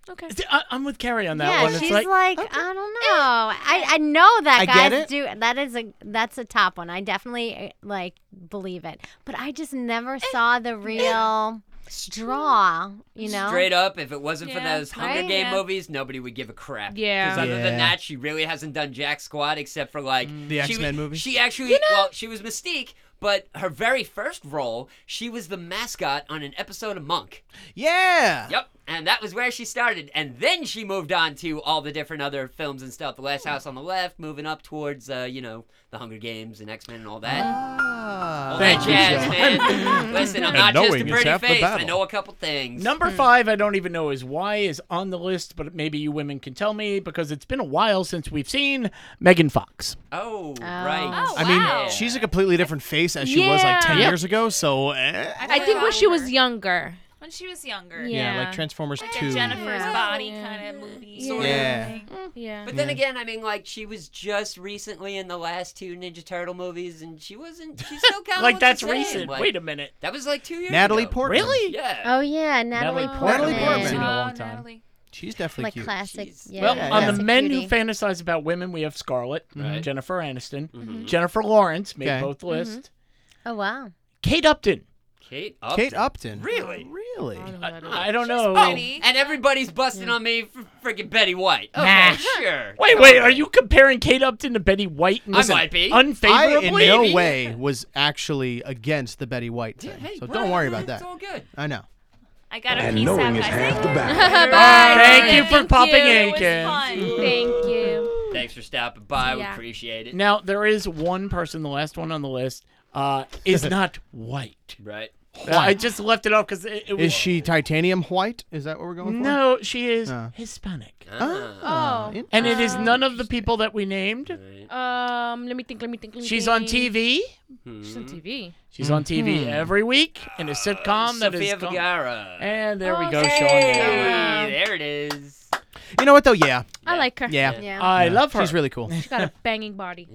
Okay.
See, I, I'm with Carrie on that
Yeah,
one. It's
she's
like,
like, I don't know. I, I know that
I get
guys
it.
do. That is a that's a top one. I definitely uh, like believe it, but I just never
Eh,
saw the real draw. You know,
Straight up, if it wasn't for
Yeah,
those Hunger
right,
Game
yeah.
movies, nobody would give a crap. 'Cause
Yeah.
other than
Yeah.
that, she really hasn't done jack squat except for like
The
she
X-Men
wa-
movie?
She actually, well, she was Mystique, but her very first role, she was the mascot on an episode of Monk.
Yeah.
Yep. And that was where she started. And then she moved on to all the different other films and stuff. The Last House on the Left, moving up towards, uh, you know, The Hunger Games and X Men and all that.
Ah.
All
Thank
that
you,
jazz,
Joe.
man. Listen, I'm
And
not just a
knowing is
pretty
half the
face. I
battle.
know a couple things.
Number five, I don't even know is why is on the list, but maybe you women can tell me because it's been a while since we've seen Megan Fox.
Oh, right.
Oh,
I mean,
Wow.
she's a completely different face as she was like 10
Yeah.
years ago, so. eh.
I think when she was
Younger.
younger.
when she was younger.
Yeah.
Yeah, like Transformers
Like
2.
a Jennifer's
Yeah.
body
Yeah.
kind of movie.
Yeah.
Sort
Yeah.
Of thing.
Yeah.
But then again, I mean, like she was just recently in the last two Ninja Turtle movies, and she wasn't. She still kind of
Like, that's recent. Wait a minute.
that was like two years.
Natalie
ago.
Portman.
Really?
Yeah.
Oh yeah, Natalie,
Natalie
Portman.
Portman.
Natalie Portman.
Oh,
Seen it a long time.
Natalie.
She's definitely
Like
cute.
classic.
Jeez.
Yeah,
Well,
yeah,
on
that's
the
a
men who
cutie.
fantasize about women, we have Scarlett, uh,
Right.
Jennifer Aniston, Jennifer Lawrence made
Okay.
both lists.
oh wow.
Kate Upton.
Kate. Upton.
Kate Upton.
Really?
Really?
I, I don't know.
Oh,
Betty.
and everybody's busting on me for freaking Betty White. Okay,
Nah.
sure.
Wait, wait. Are you comparing Kate Upton to Betty White? in
I
this-
might be.
I,
Unfavorably.
in no way, was actually against the Betty White thing,
Hey,
so
whatever,
don't worry about
It's
that.
all good.
I know.
I got a
And
piece
knowing
out
is
I
half
think.
the battle.
Bye.
Thank you for
Thank
popping
you.
in,
It was
kids.
fun.
Thank you.
Thanks for stopping by. We
Yeah.
appreciate it.
Now there is one person, the last one on the list, uh, is not white.
Right.
I just left it off because it, it was.
Is she titanium white? Is that what we're going for?
No, she is
No.
Hispanic,
Ah.
Oh.
In-
and it is none of the people that we named.
Um. Let me think. Let me think. Let me
She's on
think.
TV.
She's on TV.
She's on TV
Hmm.
every week in a sitcom that is.
Sofia
gone-
Ah, Vergara. Oh,
And there we go, Sean.
Hey,
Connery.
there it is.
You know what though? Yeah,
I like her.
yeah.
Yeah.
I
Yeah.
love her.
She's really cool,
She's got a banging body.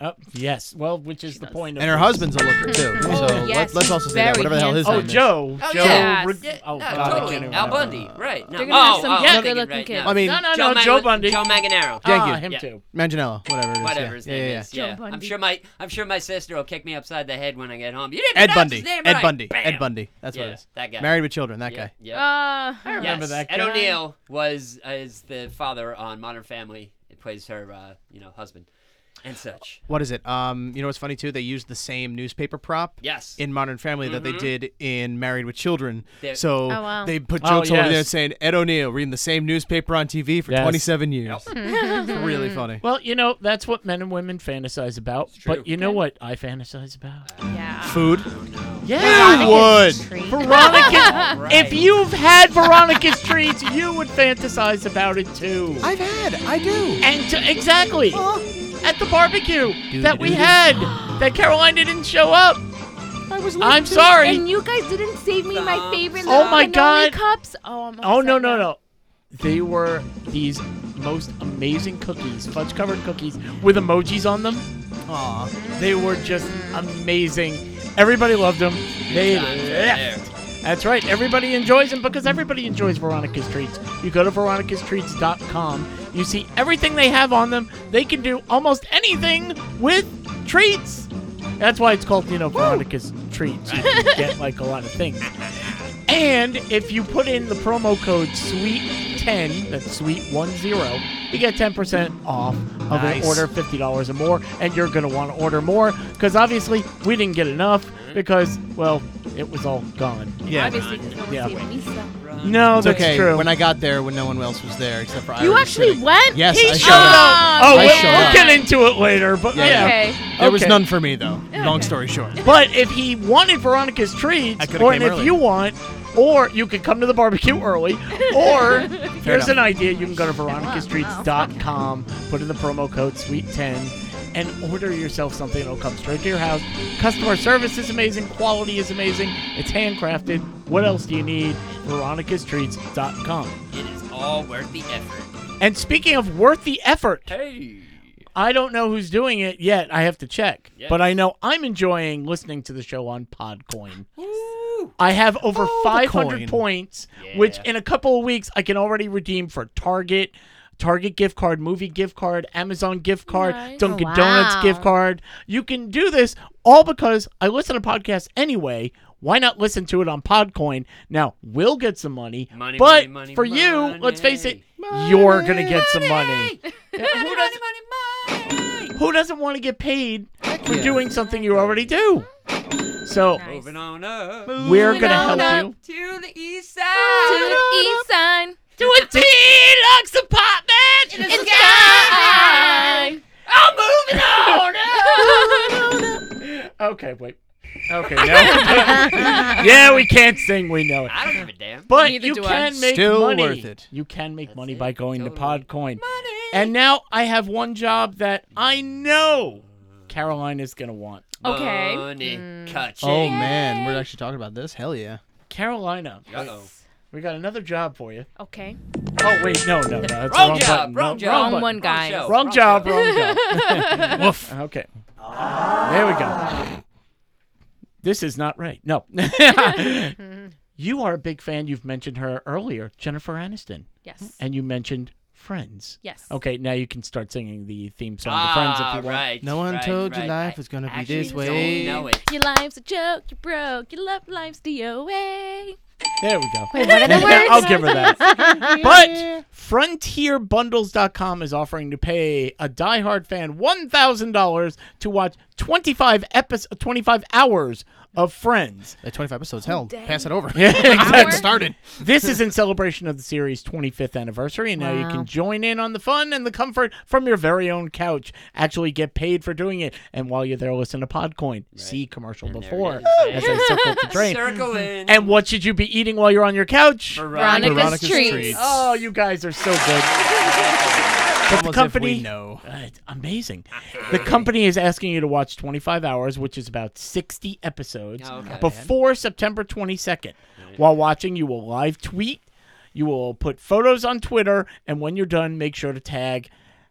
Uh, yes. Well, which is the point of
and her husband's a looker too. So
yes,
let, let's
he's
also say that
very
whatever the hell his
Oh,
name is.
Joe.
Oh,
Joe.
yeah.
Rig-
Yeah,
oh,
no,
God, I
Uh, totally.
can't even
Al
remember.
Bundy, right? No.
They're gonna have
oh,
some
oh,
yeah,
I'm thinking
good-looking
right
kids.
now.
I mean,
No, no,
Joe,
no.
Mag-
Joe Bundy.
Joe Manganero.
Thank
ah,
you.
him
Yeah.
too.
Manganiello, whatever. It is.
Whatever
yeah.
his
yeah,
name
yeah, yeah.
is. Yeah.
Joe
I'm
Bundy.
sure my I'm sure my sister will kick me upside the head when I get home. You didn't
Ed
pronounce
Bundy.
His name
Ed
right.
Bundy.
Bam.
Ed Bundy. That's
yeah,
what it is.
That guy.
Married with children. That
Yeah,
guy.
yeah.
Uh.
remember
Yes.
that
Ed
guy.
O'Neill was is the father on Modern Family. It plays her, uh, you know, husband and such.
What is it? Um, you know what's funny too? They used the same newspaper prop.
Yes.
In Modern Family that they did in Married with Children.
Mm-hmm. They-
so
Oh, wow.
they put
Oh,
jokes over there
yes.
saying Ed O'Neill reading the same newspaper on TV for
Yes.
27 years. it's really funny.
Well, you know, that's what men and women fantasize about.
true.
But you know what I fantasize about?
Yeah.
Food.
Yeah,
You would.
Veronica. if you've had Veronica's treats, you would fantasize about it too.
I've had. I do.
and to, exactly at the barbecue
Dude,
that we
dude.
had, that Carolina didn't show up.
I was
I'm
listening,
sorry.
And you guys didn't save me my favorite.
Oh
little
my
cannoli
God.
Cups. Oh, I'm
Oh
upset
no
now.
no no! They were these most amazing cookies, fudge covered cookies with emojis on them.
Aw.
They were just amazing. Everybody loved them. They left. That's right. Everybody enjoys them because everybody enjoys Veronica's Treats. You go to veronicastreats.com. You see everything they have on them. They can do almost anything with treats. That's why it's called, you know, Veronica's Treats. You can get like a lot of things. And if you put in the promo code SWEET10, that's SWEET 10, you get 10% off of
Nice.
an order $50 or more. And you're going to want to order more because obviously we didn't get enough because, well, it was all gone.
Yeah.
Obviously, 'cause no one
Yeah.
saved me stuff.
No,
It's
that's
okay.
true.
When I got there, when no one else was there except for I.
You
was
actually
sitting-
went?
Yes,
He
I
showed
showed
up.
up.
oh,
I
wait,
showed
we'll
up.
get into it later. But yeah.
Yeah.
Okay.
There was
Okay.
none for me though. Long
Okay.
story short.
But if he wanted Veronica's treats,
I coulda
or
came
and if
early.
you want, or you could come to the barbecue early, or here's
enough.
an idea: you can go to veronicastreets.com, put in the promo code Sweet10, and order yourself something. It'll come straight to your house. Customer service is amazing. Quality is amazing. It's handcrafted. What else do you need? VeronicasTreats.com.
It is all worth the effort.
And speaking of worth the effort,
Hey.
I don't know who's doing it yet. I have to check.
Yes.
But I know I'm enjoying listening to the show on Podcoin.
Woo.
I have over
Oh, the
500
coin.
points, which
Yeah.
in a couple of weeks I can already redeem for Target, Target gift card, movie gift card, Amazon gift card,
Nice.
Dunkin'
Oh,
Donuts
wow.
gift card. You can do this all because I listen to podcasts anyway. Why not listen to it on Podcoin? Now, we'll get some money,
Money,
but
money, money,
for you, let's face it,
money.
you're going to get some money. Yeah, who, doesn't, who doesn't want to get paid for
yeah.
doing something you already do? So,
Nice.
Moving on up.
we're going
Moving
to
on
help
up.
you.
To the east
To
side.
the east side.
to a deluxe apartment in the
Sky.
I'm moving on. okay, wait. Okay, now. yeah, we can't sing. We know it.
I don't give a damn.
But
Neither
you
do I.
can make
Still
money.
worth it.
You can make money
it,
by going to
totally.
Podcoin. And now I have one job that I know Caroline is gonna want.
Okay. Hmm.
Money. Ka-ching.
Oh man, we're actually talking about this. Hell yeah.
Carolina,
Uh-oh.
we got another job for you.
Okay.
Oh wait, no, no, no. That's the
Wrong
wrong
job,
button.
wrong
No,
job.
Wrong
button.
one, guys.
show.
Wrong
Wrong
job,
job.
wrong job. Woof. Okay. There we go. This is not right. No. you are a big fan. You've mentioned her earlier, Jennifer Aniston,
Yes.
and you mentioned Friends.
Yes.
Okay, now you can start singing the theme song to Friends
Ah,
if you want.
right.
No one
right,
told you
right.
life
I
was gonna be
actually
this
don't
way.
know it.
Your life's a joke. You're broke. Your love life's DOA.
There we go.
Wait, what are the words?
I'll give her that. but frontierbundles.com is offering to pay a diehard fan $1,000 to watch 25 episodes, 25 hours of Friends.
Like 25 episodes. Hell, pass it over.
Yeah,
Get
exactly.
started.
this is in celebration of the series' 25th anniversary, and now you
Wow.
can join in on the fun and the comfort from your very own couch. Actually, get paid for doing it, and while you're there, listen to Podcoin. See commercial
And there it
before
is.
as I circle the train.
Circling.
And what should you be eating while you're on your couch?
Veronica's,
Veronica's
treats.
Treats.
Oh, you guys are so good. But the
Almost If we
company,
know.
Uh, it's amazing. The company is asking you to watch 25 hours, which is about 60 episodes,
Oh, okay. Not bad.
before September 22nd. While watching, you will live tweet, you will put photos on Twitter, and when you're done, make sure to tag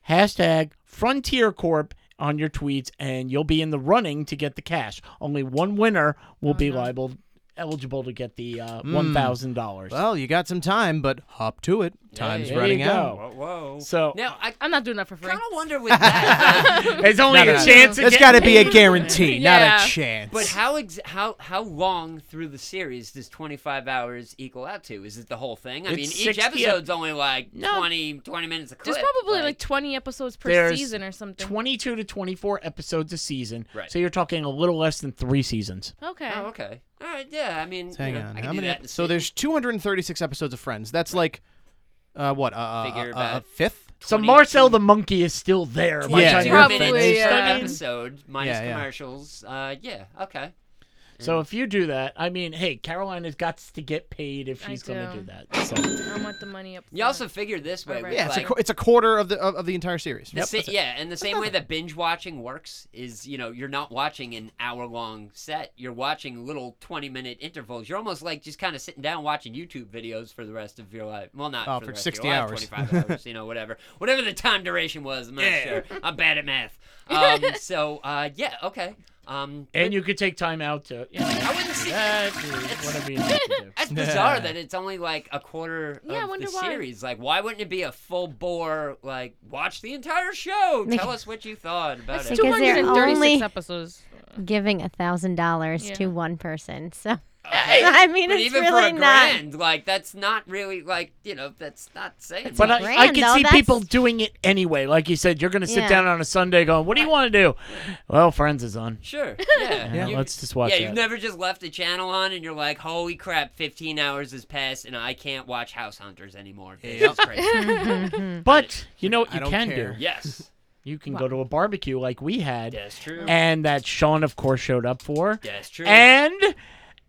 hashtag Frontier Corp on your tweets, and you'll be in the running to get the cash. Only one winner
Oh,
will be liable eligible to get the uh,
Hmm.
$1,000.
Well, you got some time, but hop to it. Time's
there you
running
go.
out.
Whoa, whoa.
So
Now, I
I'm not doing that for free.
kind of wonder with that. uh,
it's only
No,
a
no, no.
chance.
It's
again.
got to be a guarantee, not
Yeah.
a chance.
but how ex- how how long through the series does 25 hours equal out to? Is it the whole thing? I
It's
mean,
60
each episode's only like
No.
twenty twenty 20, minutes a clip.
There's probably like 20 episodes per
There's
season or something.
22 to 24 episodes a season.
Right.
So you're talking a little less than three seasons.
Okay.
Oh, okay. All right, yeah. I mean,
Hang
you know,
on.
I can
How
do
many?
that
ep-
in a
so
sit-
there's 236 episodes of Friends. That's like, uh, what? Uh, uh,
Figure
uh,
about
a fifth.
So Marcel the monkey is still there. by the
Yeah,
time
22
you're
probably,
uh,
minutes
finished.
per
yeah.
I mean,
episode minus
Yeah, yeah.
commercials. Uh, yeah, okay.
So if you do that, I mean, hey, Caroline has got to get paid if
I
she's going to
do.
do that. So
I want the money up.
You also figure this way.
Alright.
with,
Yeah, it's a,
like,
qu- it's a quarter of the of, of the entire series.
the sa- yeah, and the same way that binge watching works is, you know, you're not watching an hour long set. You're watching little 20 minute intervals. You're almost like just kind of sitting down watching YouTube videos for the rest of your life. Well, not
Oh,
for,
for
the rest
60
of your life,
hours.
25 hours, you know, whatever. Whatever the time duration was, I'm not sure. I'm bad at math. Um, so, uh, yeah, okay. Um,
and you could take time out to you know,
I wouldn't see.
that or whatever you need to do.
That's bizarre that it's only like a quarter
Yeah, I
of
wonder
the
why.
series. Like, why wouldn't it be a full bore? Like, watch the entire show. Tell us what you thought about
That's
it.
Because they're
236
only-
episodes.
Giving a thousand dollars
Yeah.
to one person. So
Okay.
I mean,
but
it's
even for
really
a
not.
grand, like that's not really like you know that's not saying.
But
much.
I, I
grand,
can
though.
see
That's-
people doing it anyway. Like you said, you're going to sit
Yeah.
down on a Sunday going, "What do you want to do?" Well, Friends is on.
sure, yeah,
Yeah,
You-
let's just watch
yeah,
that.
you've never just left the channel on and you're like, holy crap, 15 hours has passed and I can't watch House Hunters anymore. This is crazy.
But you know what
I
you
don't
can
care.
do?
yes,
You can go to a barbecue like we had,
that's true.
and that Sean, of course, showed up for.
that's true.
And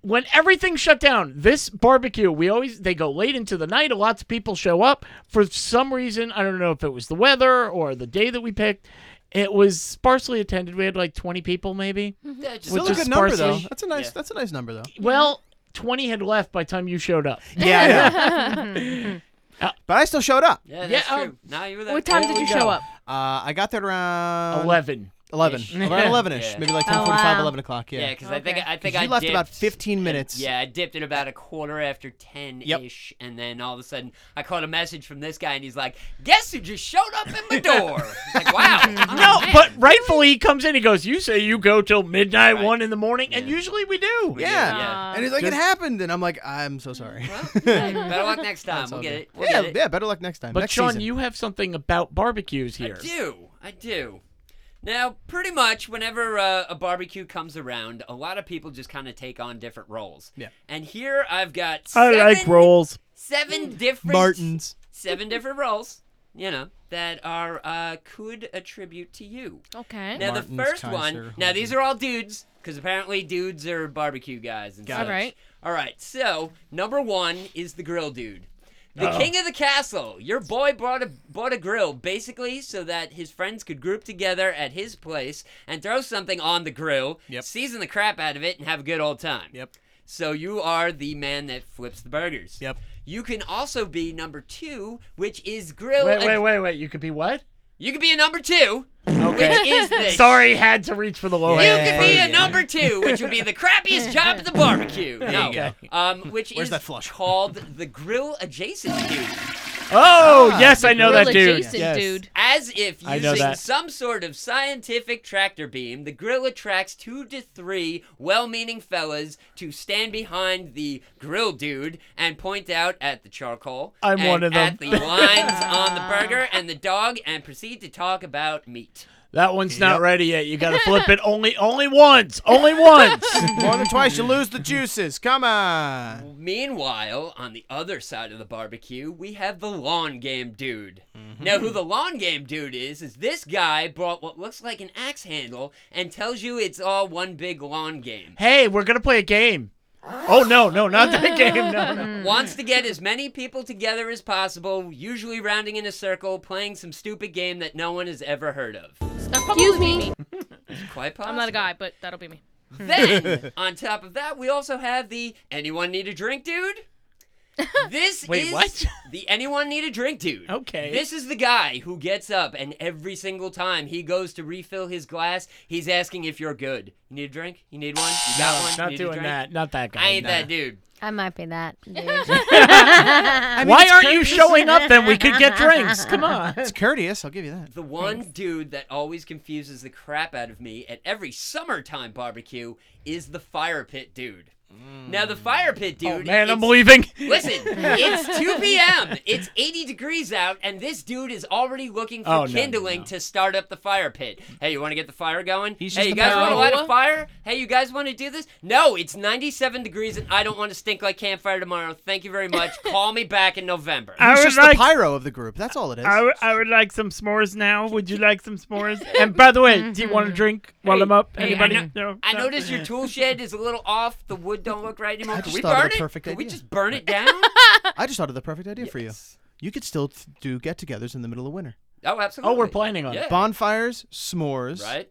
when everything shut down, this barbecue, we always they go late into the night. Lots of people show up for some reason. I don't know if it was the weather or the day that we picked. It was sparsely attended. We had like 20 people, maybe.
That's just
Which
Still a
is
good number though.
sparsely-
That's a nice
Mm-hmm. Yeah.
that's a nice number though.
Well, 20 had left by the time you showed up.
Yeah.
Uh,
but I still showed up.
Yeah, that's
Yeah,
true.
um,
now you were there.
What time did
we
you
go.
show up?
Uh, I got there around
11.
11.
Ish.
Around 11 ish.
Yeah.
Maybe like
Oh,
10:45,
wow.
11 o'clock. Yeah.
Yeah, because I think
Okay.
I think
you
I
left
dipped.
about 15 minutes.
Yeah, I dipped at about a quarter after ten ish, and then all of a sudden I caught a message from this guy, and he's like, "Guess who just showed up at my door?" It's like, wow. Oh,
No,
man.
but rightfully he comes in. He goes, "You say you go till midnight,
Right.
one in the morning, and
Yeah.
usually we do."
We did,
Yeah.
yeah.
And he's like,
Just-
it happened, and I'm like, I'm so sorry.
Well, hey, better luck next time. We'll get it. We'll
yeah,
get it.
yeah. Better luck next time.
But
next
Sean,
season.
you have something about barbecues
I
here.
do. I do. Now, pretty much whenever uh, a barbecue comes around, a lot of people just kind of take on different roles.
Yeah.
And here I've got
I
seven,
like rolls.
seven different
Martins.
seven different roles, you know, that are uh, could attribute to you.
Okay.
Now the
Martins,
first one.
Kaiser,
Now
Hogan.
these are all dudes, because apparently dudes are barbecue guys and
Got
such.
it. Alright.
All right. So number one is the grill dude. The
Uh-huh.
king of the castle. Your boy brought a bought a grill basically so that his friends could group together at his place and throw something on the grill,
Yep.
season the crap out of it, and have a good old time.
Yep.
So you are the man that flips the burgers.
Yep.
You can also be number two, which is grill.
Wait, wait, wait, wait. You could be what?
You could be a number two, which
Okay.
is the
Sorry, had to reach for the low
you
end.
could be a number two, which would be the crappiest job at the barbecue. No, um, which
Where's
is
that flush?
called the grill adjacent dude.
Oh,
Ah,
yes, I know
Real
that dude.
adjacent
Yes.
dude.
As if
I know
using
that.
some sort of scientific tractor beam, the grill attracts two to three well-meaning fellas to stand behind the grill dude and point out at the charcoal.
I'm
and
one of them.
At the lines on the burger and the dog, and proceed to talk about meat.
That one's not ready yet. You got to flip it only, only once, only once.
More than twice, you lose the juices. Come on.
Meanwhile, on the other side of the barbecue, we have the lawn game dude. Now, who the lawn game dude is, is this guy brought what looks like an axe handle and tells you it's all one big lawn game.
hey, we're gonna play a game. Oh no, no, not that game. No, no.
Wants
Mm-hmm.
to get as many people together as possible, usually rounding in a circle, playing some stupid game that no one has ever heard of.
Excuse me.
It's quite possible.
I'm not a guy, but that'll be me.
Then, on top of that, we also have the anyone need a drink, dude? This
Wait,
is
what?
the anyone need a drink, dude.
Okay.
This is the guy who gets up and every single time he goes to refill his glass, he's asking if you're good. You need a drink? You need one? You got one? You
Not
need a
doing
drink?
that. Not that guy.
I ain't
no.
that dude.
I might be that. dude.
Why aren't you showing up then? We could get drinks. Come on.
It's courteous. I'll give you that.
The one dude that always confuses the crap out of me at every summertime barbecue is the fire pit dude. Now the fire pit, dude.
oh man, I'm
it's-
leaving.
Listen, it's 2 p.m. It's 80 degrees out, and this dude is already looking for
Oh, no, no,
kindling
no.
to start up the fire pit. Hey, you want to get the fire going?
He's
hey,
just
you
a
guys want to
pro.
light a fire? Hey, you guys want to do this? No, it's 97 degrees, and I don't want to stink like campfire tomorrow. Thank you very much. Call me back in November.
I
He's
would
just
like-
the pyro of the group. That's all it is.
I would- I would like some s'mores now. Would you like some s'mores? and by the way, do you want to drink while
Mm-hmm. Hey,
I'm up?
hey, I
Anybody?
know-
No,
I
no.
noticed your tool shed is a little off. The wood don't look right anymore.
I
Can
just
we
thought of
burn
a
it?
perfect
Can we
idea.
just burn it down?
I just thought of the perfect idea for you.
Yes.
You could still th- do get-togethers in the middle of winter.
Oh, absolutely.
Oh, we're planning on
Yeah.
it.
Bonfires, s'mores,
Right?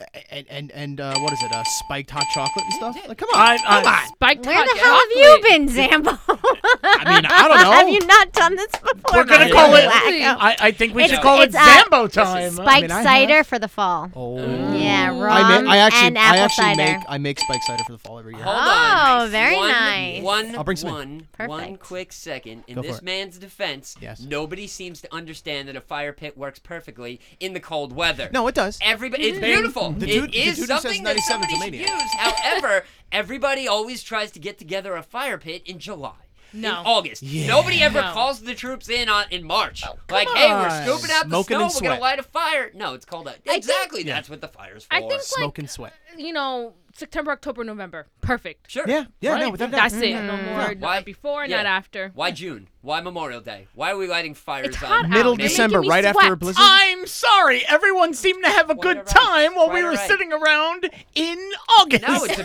a- And and, and uh, what is it? Uh, spiked hot chocolate and stuff. Like, come on.
I, I,
Spiked
Where
hot
the hell have you
chocolate.
been, Zambo?
I mean, I don't know.
have you not done this before?
We're gonna
my
call
little
it-
wacko?
I, I think we
It's-
should call it
it's, uh,
Zambo time.
spiked
I have-
cider for the fall.
oh.
Yeah, rum
I, ma- I actually,
and apple
I actually
cider.
make, I make spiked cider for the fall every year.
Hold
Oh,
on.
very
one,
nice.
One,
I'll bring some in.
one,
Perfect.
one quick second. In
Go for
this
it.
man's defense,
Yes.
nobody seems to understand that a fire pit works perfectly in the cold weather.
No, it does.
Everybody, it's
Bing.
beautiful.
The
it
dude- the
is
dude who says
something that
97
somebody
is a
should use.
maniac.
However, everybody always tries to get together a fire pit in July. In
No.
August.
Yeah. Oh,
Nobody ever
No.
calls the troops in on in March. like, hey, we're
on.
scooping out
Smoking
the
and
snow. We're gonna
sweat.
light a fire. No, it's called a. Exactly. That's what the fire's for.
I think like
Smoke and sweat.
you know September, October, November. Perfect.
sure.
Yeah, yeah, no,
Right?
without a doubt.
That's it. No more.
Why-
Not before.
yeah.
Not after.
Why June? Why Memorial Day? Why are we lighting fires
It's
on
hot out. They're
Middle
May?
making
December,
me
right after a
sweat.
blizzard.
I'm sorry. Everyone seemed to have a
Quite
good
alright.
time while we
Quite
were
alright.
sitting around in August.
No, it's a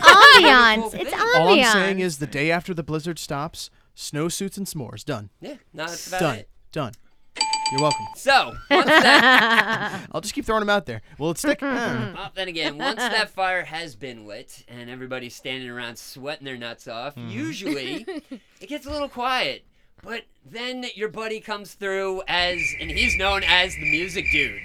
ambiance.
beautiful
It's
thing.
ambiance.
All I'm saying is the day after the blizzard stops, snowsuits and s'mores. Done.
Yeah, no, that's about
Done.
it.
Done. You're welcome.
So once that,
I'll just keep throwing them out there. Will it stick? Mm.
oh, then again, once that fire has been lit and everybody's standing around sweating their nuts off, usually it gets a little quiet. But then your buddy comes through as, and he's known as the music dude.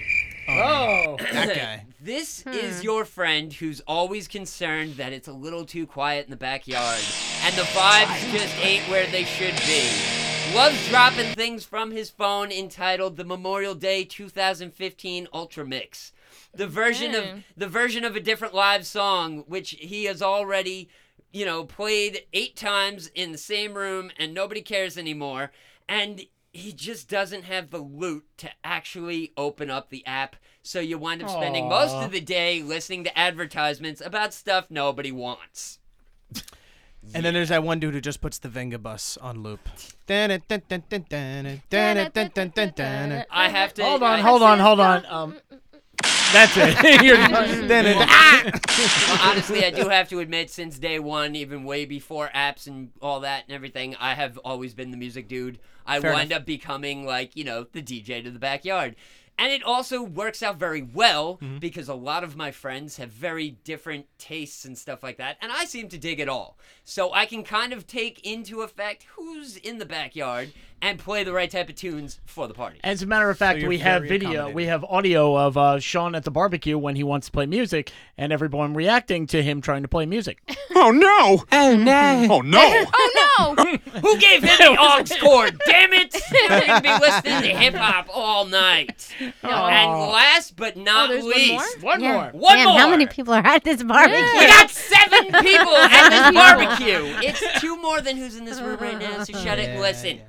oh.
that guy.
This is your friend who's always concerned that it's a little too quiet in the backyard and the vibes just ain't where they should be. Loves dropping things from his phone entitled the Memorial Day 2015 Ultra Mix. The version of the version of a different live song which he has already, you know, played 8 times in the same room and nobody cares anymore and he just doesn't have the loot to actually open up the app. So you wind up spending most
Aw.
of the day listening to advertisements about stuff nobody wants.
And then there's that one dude who just puts the Venga bus on loop. That's
I have to.
Hold on,
I-
hold on, hold on. Um, that's it. You're done.
Well, honestly, I do have to admit, since day one, even way before apps and all that and everything, I have always been the music dude. I
Fair
wind up becoming like you know the DJ to the backyard. And it also works out very well because a lot of my friends have very different tastes and stuff like that, and I seem to dig it all. So I can kind of take into effect who's in the backyard and play the right type of tunes for the party.
As a matter of fact,
you're
we have
very
video,
accommodating.
we have audio of uh, Sean at the barbecue when he wants to play music, and everyone reacting to him trying to play music.
Oh no! Oh no! Oh no!
Oh no!
Who gave him the aux cord? Damn it! We're gonna be listening to hip hop all night. And last but not
Oh. there's one more?
least,
One
Yeah.
more.
One
Damn, how many
more.
people are at this barbecue?
we got seven people at this barbecue. It's two more than who's in this room right now. So shut it and listen.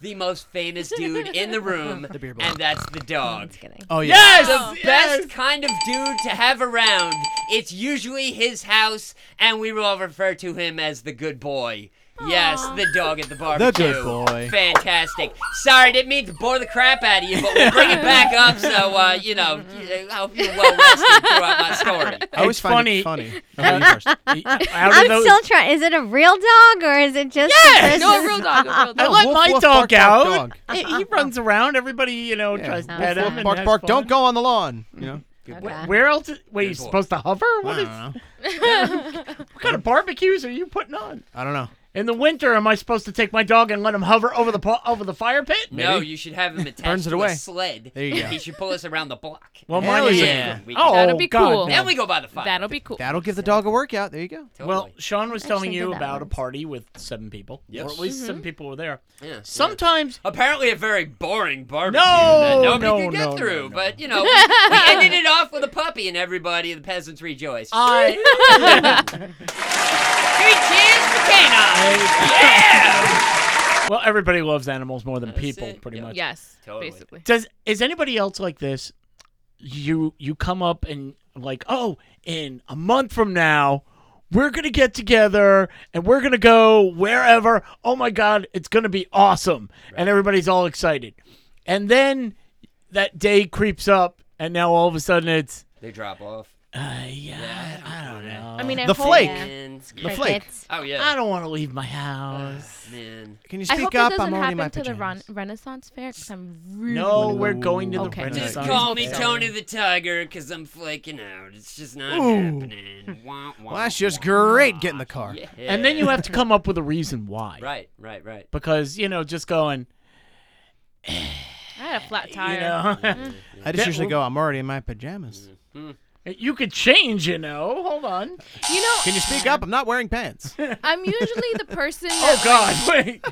The most famous dude in the room,
The beer bowl.
and that's the dog.
Kidding.
Oh yeah.
Yes,
The
yes.
best kind of dude to have around. It's usually his house, and we will refer to him as the good boy. Yes, the dog at the barbecue.
The good boy.
Fantastic. Sorry, didn't mean to bore the crap out of you, but we'll bring it back up so, uh, you know, I hope you're well rested throughout my story.
I always
It's
find
funny.
it funny. Oh, you first.
Out of
I'm
those-
still trying. Is it a real dog or is it just? Yeah,
No, a real dog. A real
I
dog.
let
Woof,
my
woof,
dog
Oh, bark, bark,
out.
dog.
He- He runs around. Everybody, you know,
Yeah.
tries to
Woof,
pet
woof,
him. and
Bark,
has
bark!
fun.
Don't go on the lawn. You know.
Okay.
Where else? Wait, you're
boy.
supposed to hover?
I
What
don't
is?
know.
What kind of barbecues are you putting on?
I don't know.
In the winter, am I supposed to take my dog and let him hover over the po- over the fire pit?
No, you should have him attached
Burns it
to a
away.
sled.
There you go.
He should pull us around the block.
Well,
Hell
mine is a-
yeah. We can-
Oh,
That'll be
God,
cool.
no.
Then we go by the fire.
That'll be cool.
That'll give the dog a workout. There you go.
Totally.
Well, Sean was telling
actually
you
did that
about a
once.
party with seven people. Or
Yes.
at least
Mm-hmm.
seven people were there.
Yeah, yeah.
Sometimes
Apparently, a very boring barbecue
No,
that nobody
no,
could get
no, no,
through.
no.
But you know, we ended it off with a puppy, and everybody, the peasants, rejoiced.
I
baby. Cheers for canines. Yeah.
Well, everybody loves animals more than
That's
people,
it.
pretty
Yeah.
much.
Yes,
Totally.
basically.
Does is anybody else like this? You you come up and like, oh, in a month from now, we're gonna get together and we're gonna go wherever. Oh my god, it's gonna be awesome. And everybody's all excited. And then that day creeps up and now all of a sudden it's
They drop off.
uh, yeah, I don't know.
I mean, I
The
hope-
flake.
Yeah.
And
The
scream.
flake.
Crickets.
Oh yeah. Oh,
I don't want to leave my house.
Man.
Can you
I
speak
hope
up?
that doesn't
I'm already in my
happen to the Ren-
pajamas.
Renaissance Fair because I'm really.
No, we're going to the
Okay.
Renaissance.
Just call me
Fair.
Tony the Tiger, cause I'm flaking out. It's just not happening. Wah, wah,
Well, that's just
wah.
great. Get in the car.
Yeah.
And then you have to come up with a reason why.
Right, right, right.
Because, you know, just going,
I had a flat tire.
you know,
I just
That-
usually go. I'm already in my pajamas.
you could change, you know. Hold on.
You know,
Can you speak up? I'm not wearing pants.
I'm usually the person.
Oh,
that,
God. Wait.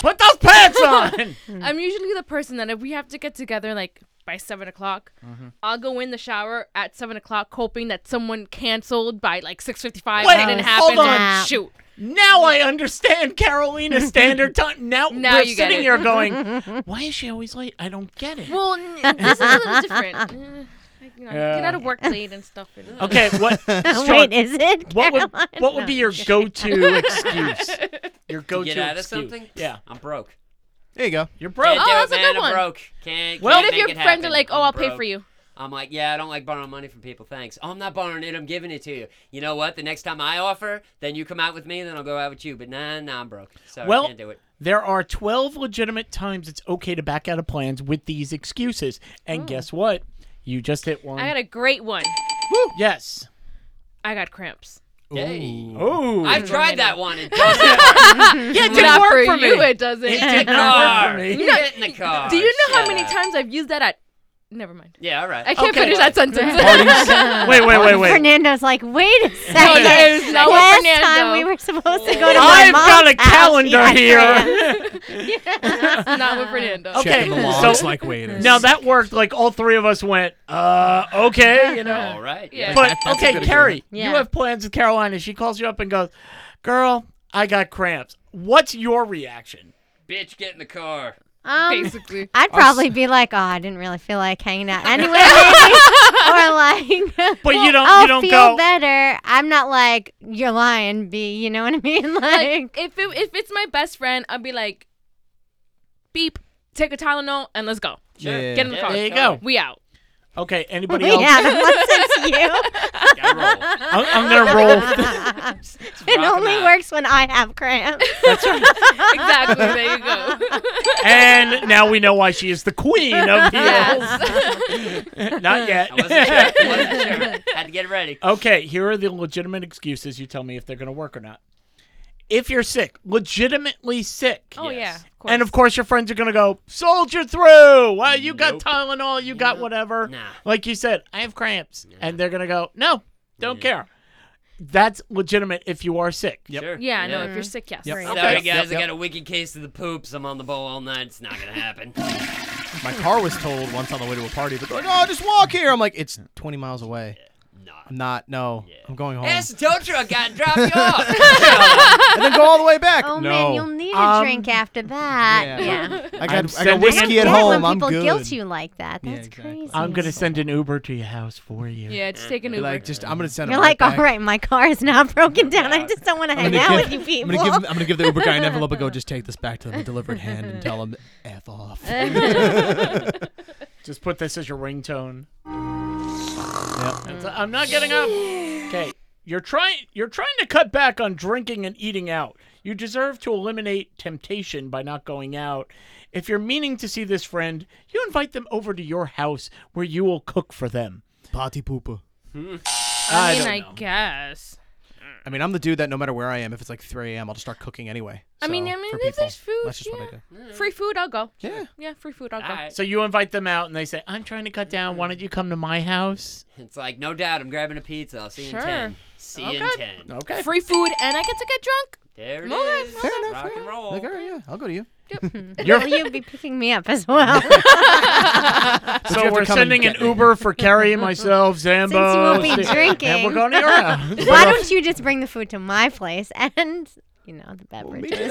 Put those pants on.
I'm usually the person that if we have to get together like by seven o'clock, I'll go in the shower at seven o'clock, hoping that someone canceled by like six fifty-five.
Wait,
and it
hold
happened.
on.
And shoot,
now I understand Carolina Standard Time. Now,
Now
we're
you get
sitting
it.
here going, why is she always late? I don't get it.
well, n- this is a little different. Eh, like, you know, Get
Yeah.
out of work late and stuff. And,
Oh,
Okay, what?
Wait,
Sean,
is it?
what would
Caroline?
what would
No.
be your go-to excuse? Your go-to
Get out of
excuse.
something.
Yeah,
I'm broke.
There you go.
you're broke.
Can't do
Oh,
it,
that's a
man.
good
I'm
one.
broke. Can't.
Well,
What
can't
if your
make it
friends are
happen.
like, "Oh,
I'm
I'll pay
broke."
for you"?
I'm like, yeah, I don't like borrowing money from people. Thanks. Oh, I'm not borrowing it. I'm giving it to you. You know what? The next time I offer, then you come out with me, and then I'll go out with you. But nah, nah, I'm broke. So
Well-
I can't do it.
There are 12 legitimate times it's okay to back out of plans with these excuses. And guess what? You just hit one.
I got a great one.
yes.
I got cramps.
Hey.
Oh.
I've tried that one. It doesn't
yeah, it
Not
didn't work
for,
for me.
you, it doesn't.
It did not
car.
work for me.
You get in the car.
Do you know how
Shut
many
up.
times I've used that at? Never mind.
Yeah, all right.
I can't
Okay.
finish that sentence.
Wait, wait, wait, wait.
Fernando's like, wait a
No,
second.
there is no
Last
Fernando.
time we were supposed to go to my
I've
mom's
got a
house,
calendar
yeah, yeah.
here.
Not with Fernando.
Okay,
Checking the
so-
logs like waiters.
now that worked. Like all three of us went, uh, okay, you know.
All right.
Yeah.
But
That's a
okay,
good
Carrie, you
Yeah.
have plans with Carolina. She calls you up and goes, "Girl, I got cramps." What's your reaction?
Bitch, get in the car.
Um,
Basically.
I'd probably be like, oh, I didn't really feel like hanging out anyway, maybe. or like,
But you don't.
I'll
you don't
feel
go.
better. I'm not like you're lying, B. You know what I mean?
Like,
Like,
if it, if it's my best friend, I'll be like, beep, take a Tylenol and let's go.
Sure.
Yeah.
Get in the
Yeah,
car.
There you go.
totally.
We out.
Okay. Anybody
we
else?
have since you.
Gotta roll.
I'm, I'm gonna roll.
It
Rock 'em
only
out.
works when I have cramps.
Exactly. There you go.
and now we know why she is the queen of heels.
yes.
Not
I wasn't sure.
yet.
I wasn't sure. Had to get it ready.
okay, here are the legitimate excuses. You tell me if they're gonna work or not. If you're sick, legitimately sick.
Oh yeah.
Yes.
Of course.
and of course, your friends are gonna go soldier through. Well, you got
Nope.
Tylenol, you got whatever.
Nah.
Like you said, I have cramps, and they're gonna go, no, don't care. That's legitimate if you are sick.
Sure.
yeah. No. If you're sick, yes.
Yep.
Sorry,
Okay.
guys.
Yep, yep.
I got a wicked case of the poops. I'm on the bowl all night. It's not gonna happen.
My car was told once on the way to a party, but they're like, oh, just walk here. I'm like, it's 20 miles away.
Nah.
I'm not. No, I'm going home.
Ask the tow truck guy to drop you off.
and then go all the way back.
oh
no.
man, you'll need a
Um,
drink after that.
Yeah.
Yeah.
I
I'm
got, I got
sending-
whiskey
I
at
don't get
home.
When
I'm
people
good.
guilt you like that.
Yeah,
That's
exactly.
crazy.
I'm gonna send an Uber to your house for you.
Yeah. Just take an
Be
Uber.
like, just I'm gonna send.
You're
him
like,
right
all
back.
right, my car is now broken down. I just don't want to
I'm
hang
gonna
out
give-
with you
I'm
people.
gonna, give, him- I'm gonna give the Uber guy an envelope and go, just take this back to them in delivered hand and tell him F off.
Just put this as your ringtone. It's like, I'm not getting up. Okay, you're trying. You're trying to cut back on drinking and eating out. You deserve to eliminate temptation by not going out. If you're meaning to see this friend, you invite them over to your house where you will cook for them.
Potty pooper.
I
I
mean,
don't
I
know.
guess.
I mean, I'm the dude that no matter where I am, if it's like 3 a.m., I'll just start cooking anyway.
I mean,
So,
I mean,
for
if
people,
there's food,
That's just
yeah.
what I do.
Free food, I'll go.
Yeah.
Yeah. Free food, I'll
All
go.
right.
So you invite them out, and they say, "I'm trying to cut down. Why don't you come to my house?"
It's like no doubt. I'm grabbing a pizza. I'll see you
Sure.
in ten. See you in ten.
Okay.
Free food, and I get to get drunk.
There it
Okay,
is.
Fair enough.
Rock
fair
and
enough.
roll.
Like, all right, yeah, I'll go to you.
You're-
Will you be picking me up as well?
you
so
have to
we're
come and
sending an
get me.
Uber for Carrie, myself, Zambo.
won't be
Steve, And we're
drinking.
going to your house.
Why don't you just bring the food to my place and you know the beverages?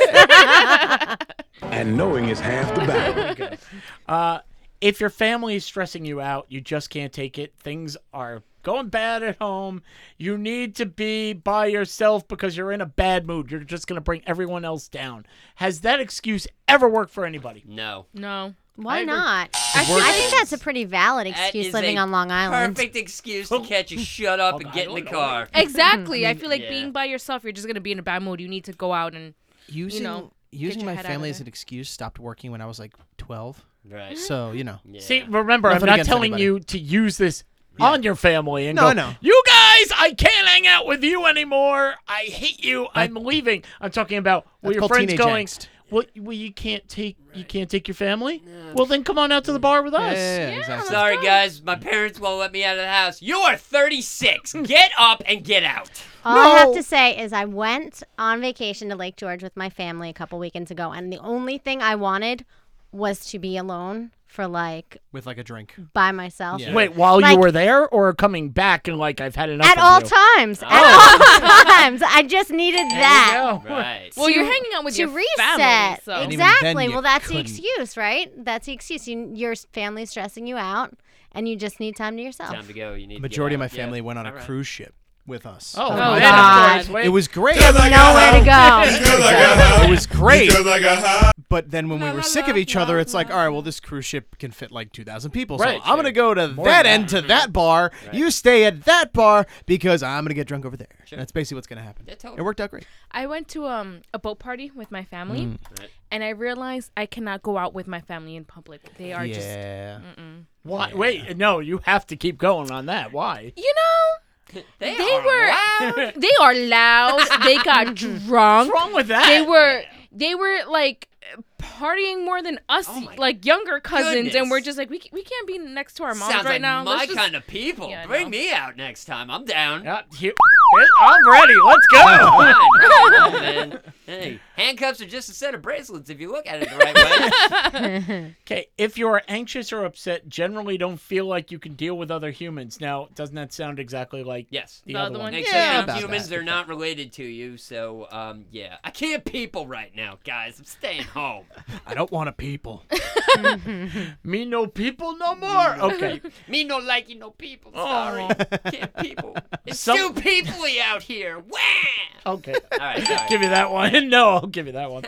And knowing is half the battle.
if your family is stressing you out, you just can't take it. Things are going bad at home. You need to be by yourself because you're in a bad mood. You're just going to bring everyone else down. Has that excuse ever worked for anybody?
No.
No.
Why
I agree.
not?
Actually,
I think that's a pretty valid
That
excuse
is
living
a
on Long Island.
Perfect excuse to catch you shut up and get in the car.
Exactly. I feel like
Yeah.
being by yourself, you're just gonna be in a bad mood. You need to go out and
Using
know,
using
your
my
head out of
family as
there.
an excuse stopped working when I was like 12.
Right.
So you know,
Yeah.
See, remember,
Nothing
I'm not
against
telling
anybody.
you to use this on your family and
No,
go,
I know.
you guys, I can't hang out with you anymore. I hate you. I'm leaving. I'm talking about well,
That's
your
called
friends
teenage
going.
angst.
Well, well, you can't take you can't take your family. Well, then come on out
Mm.
to the bar with us.
exactly.
Sorry, guys. My parents won't let me out of the house. You are 36. Get up and get out.
All I have
No.
to say is I went on vacation to Lake George with my family a couple weekends ago, and the only thing I wanted was to be alone for like
With like a drink.
by myself.
Yeah.
Wait, while you
Like-
were there or coming back and like I've had enough
At
of
all
you?
times.
Oh.
At all times. I just needed that.
Oh,
Right.
well, you're hanging out with
To
your
reset.
family, so
even
Exactly.
then
Well,
you
that's
couldn't.
the excuse, right? That's the excuse. You, your family's stressing you out, and you just need time to yourself.
Time to go. You need to
Majority
get
of my
out.
family
Yeah.
went on a
All right.
cruise ship with us.
Oh,
my
then,
God.
of course, wait.
it was great.
Nowhere to go.
it was great.
Right.
But then when we were sick of each other, it's like, all right, well, this cruise ship can fit like 2,000 people. So
Right,
I'm going
sure.
to go to
More
that
than
end to that bar. You stay at that bar because I'm going to get drunk over there. That's basically what's going to happen.
totally.
It worked out great.
I went to um a boat party with my family,
Right.
and I realized I cannot go out with my family in public. They are just
yeah.
Why? Wait, no, you have to keep going on that. Why?
you know
They,
they
are
were
loud.
they are loud. they got drunk.
What's wrong with that?
They were they were like partying more than us,
Oh my
like younger cousins, and we're
goodness.
just like we, c- we can't be next to our moms
Sounds
right
like
now.
my
Let's just-
kind of people.
Yeah, I
Bring
know.
me out next time. I'm down.
Yeah, here- I'm ready. Let's
Come
go.
on, come on, man. Hey, handcuffs are just a set of bracelets if you look at it the right way.
Okay, if you are anxious or upset, generally don't feel like you can deal with other humans. Now, doesn't that sound exactly like
Yes.
the,
The
other
other
one?
one?
Except
Yeah,
I'm
about
humans,
that.
they're not related to you, so um, yeah. I can't people right now, guys. I'm staying home.
I don't want a people.
Me no people no more. Okay.
Me no liking no people. Sorry, can't people. It's
Some-
too peoply out here. Wah!
Okay.
All right, sorry.
give you that one. No, I'll give you that one.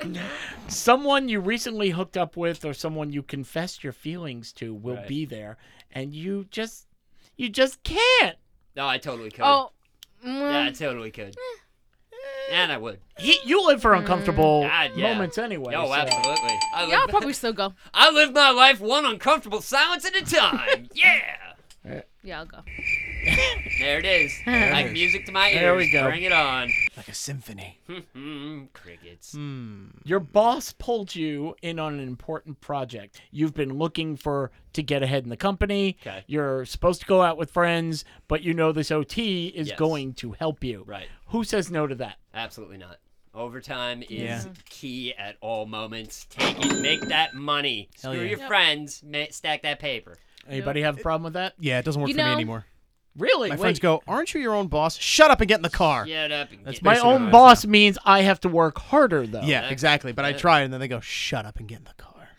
Someone you recently hooked up with or someone you confessed your feelings to will
Right.
be there and you just you just can't.
No, I totally could.
Oh, Eh.
yeah, I
mm,
totally could. and I would.
He, you live for uncomfortable
Mm. God, yeah.
moments anyway.
No,
so-
absolutely.
yeah,
I
I'll
live,
probably still go.
I live my life one uncomfortable silence at a time. yeah.
Yeah, I'll go.
There it is. like music to my ears.
There we go.
Bring it on.
like a symphony.
Mm, crickets.
Your boss pulled you in on an important project. You've been looking for to get ahead in the company.
Okay.
You're supposed to go out with friends, but you know this OT is
Yes.
going to help you.
Right.
Who says no to that?
Absolutely not. Overtime is
Yeah.
key at all moments. Take it, make that money.
Hell
Screw
yeah.
your friends, ma- stack that paper.
Anybody have a problem with that?
Yeah, it doesn't work
You
for
know-
me anymore.
Really?
My
Wait.
friends go, aren't you your own boss? Shut up and get in the car.
Shut up and
That's
get
My
Basically
own
what it is
boss means I have to work harder, though.
Yeah,
that-
exactly. But I try, and then they go, shut up and get in the car.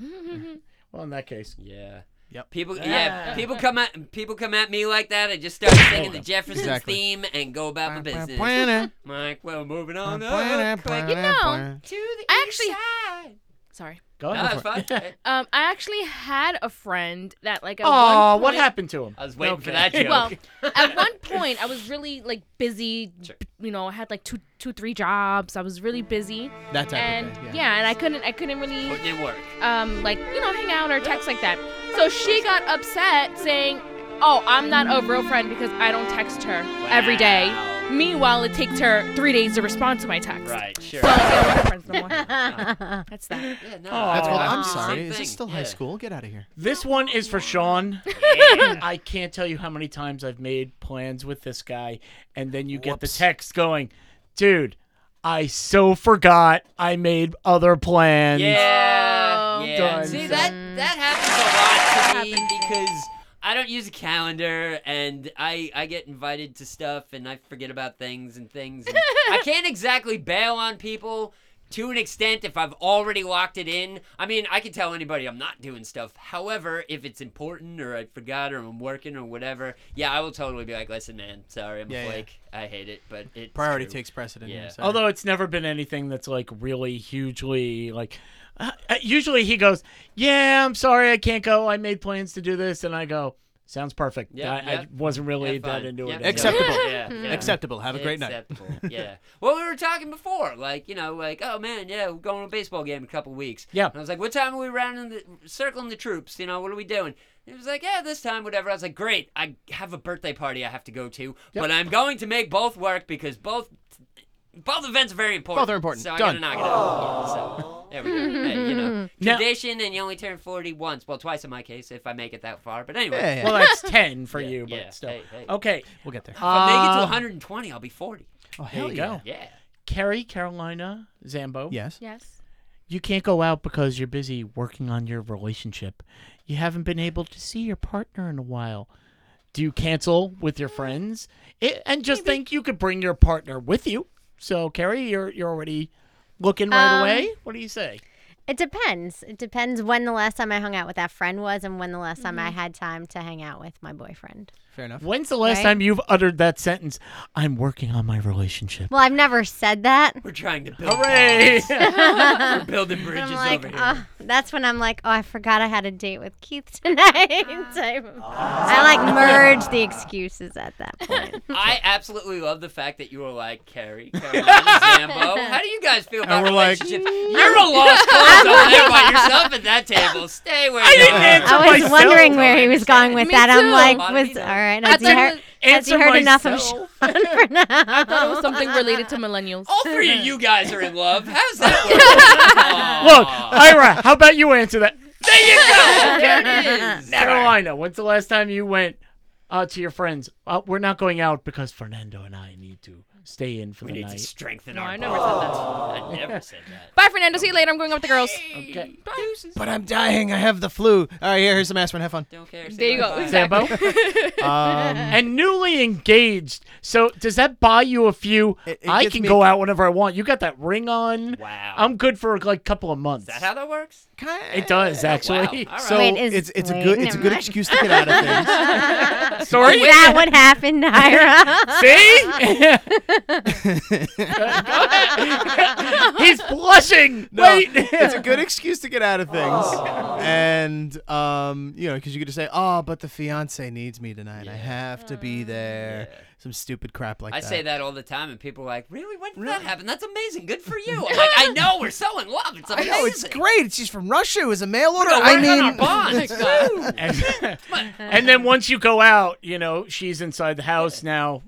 Well, in that case,
Yeah.
Yep.
People, yeah, people come at people come at me like that. I just start singing the Jeffersons
Exactly.
theme and go about my business.
Planner,
Mike, well, moving on
planner,
up, quick,
You
planner,
know,
planner.
to the
I
east
actually-
side.
Sorry.
go
No,
ahead.
it's fine.
Um, I actually had a friend that like. At
Oh,
one
what
point,
happened to him?
I was waiting for
Okay.
that joke.
Well, at one point, I was really like busy. b- You know, I had like two, two, three jobs. I was really busy,
That type
and
of thing.
yeah. and I couldn't, I couldn't really,
Putting in work.
um, like you know, hang out or text like that. So she got upset, saying, "Oh, I'm not a real friend because I don't text her every day."
Wow.
Meanwhile, it takes her three days to respond to my text.
Right, sure.
So like, I don't have friends no more. That's that.
Yeah, no,
That's
Well,
Oh,
I'm
the same
sorry. Is
thing.
this still
Yeah.
high school? Get out of here.
This one is for Sean.
Yeah.
I can't tell you how many times I've made plans with this guy, and then you get the text going, dude, I so forgot I made other plans.
Yeah.
times.
See
so-
that that happens a lot to me because I don't use a calendar and I I get invited to stuff and I forget about things and things. and I can't exactly bail on people to an extent if I've already locked it in. I mean, I can tell anybody I'm not doing stuff. However, if it's important or I forgot or I'm working or whatever, yeah, I will totally be like, "Listen, man, sorry, I'm
Yeah,
a
yeah.
flake. I hate it, but it's
Priority
true."
takes precedent.
Yeah.
Here, so.
Although it's never been anything that's like really hugely like. Uh, uh, usually he goes, "Yeah, I'm sorry, I can't go. I made plans to do this," and I go, "Sounds perfect.
Yeah,
I,
yeah.
I wasn't really
Yeah,
that
fine.
into
Yeah,
it."
yeah,
Acceptable.
Yeah, yeah.
acceptable. Have a great night.
Acceptable, yeah. Well, we were talking before, like you know, like oh man, yeah, we're going to a baseball game in a couple weeks.
Yeah.
And I was like, what time are we rounding the circling the troops? You know, what are we doing? And It was like, yeah, this time, whatever. I was like, great. I have a birthday party I have to go to, but I'm going to make both work because both both events are very important.
Both are important.
So I
Done.
gotta knock it out. Yeah, so there we go. Hey, you know,
Now-
tradition, and you only turn 40 once. Well, twice in my case, if I make it that far. But anyway,
Yeah, yeah.
Well, that's ten for
Yeah,
you, but
yeah.
still.
Hey, hey.
Okay,
we'll get there.
if I make it to
Uh,
120, I'll be 40.
Oh,
there you go.
Yeah.
Carrie, Carolina, Zambo.
Yes.
Yes.
You can't go out because you're busy working on your relationship. You haven't been able to see your partner in a while. Do you cancel with your friends? It, and just think you could bring your partner with you. So, Carrie, you're you're already looking right
Um,
away. What do you say?
It depends. It depends when the last time I hung out with that friend was and when the last time I had time to hang out with my boyfriend.
Fair enough.
When's the last
right?
time you've uttered that sentence? I'm working on my relationship.
Well, I've never said that.
We're trying to build
Hooray!
We're building
And
bridges
I'm like,
over here.
um,
"Ugh." that's when I'm like, oh, I forgot I had a date with Keith tonight. Type of- I like merge the excuses at that point.
I absolutely love the fact that you were like Carrie, Carolina, Zambo. How do you guys feel about
we're like,
relationships? You're a lost cause over there by yourself at that table. Stay where you
didn't
are.
answer
I was
myself.
wondering where he was going with
Me
that.
too.
I'm like,
Bottom
was
either.
all right?
I
Has he
thought it
heard,
was-
has he
Answer
heard enough of
myself.
Sean for now?
I thought it was something related to millennials.
All three of you guys are in love. How's that
Look,
work?
Ira, how about you answer that?
there you go. There it is.
Carolina, when's the last time you went uh, to your friends? Uh, we're not going out because Fernando and I need to stay in for
We
the
need to
night.
strengthen
No,
our
I never
bond.
said that.
I never said that.
Bye, Fernando. See you later. I'm going out with the girls.
Okay.
But I'm dying. I have the flu. All right, here, here's some aspirin. Have fun.
Don't care.
There you go.
Sambo?
Um,
and newly engaged. So does that buy you a few?
It- it
I
gets
can
me-
go out whenever I want. You got that ring on.
Wow.
I'm good for like a couple of months.
Is that how that works?
it does actually.
Wow. All right.
So
Wait, is-
it's it's a
wait,
good it's a
never
good
mind.
excuse to get out of things.
Sorry.
Is that what happened, Ira?
See? He's blushing.
No,
Wait.
it's a good excuse to get out of things. And um, you know, because you could just say, "Oh, but the fiance needs me tonight. I have to be there." Some stupid crap like
I
that.
say that all the time, and people are like, "Really? When did that happen? That's amazing. Good for you." I'm like, "I know. We're so in love. It's
I
amazing.
know it's great. It's just from Russia. It was a mail order.
We're
I
working on our
mean,
bonds. Woo.
and, and then once you go out, you know, she's inside the house now.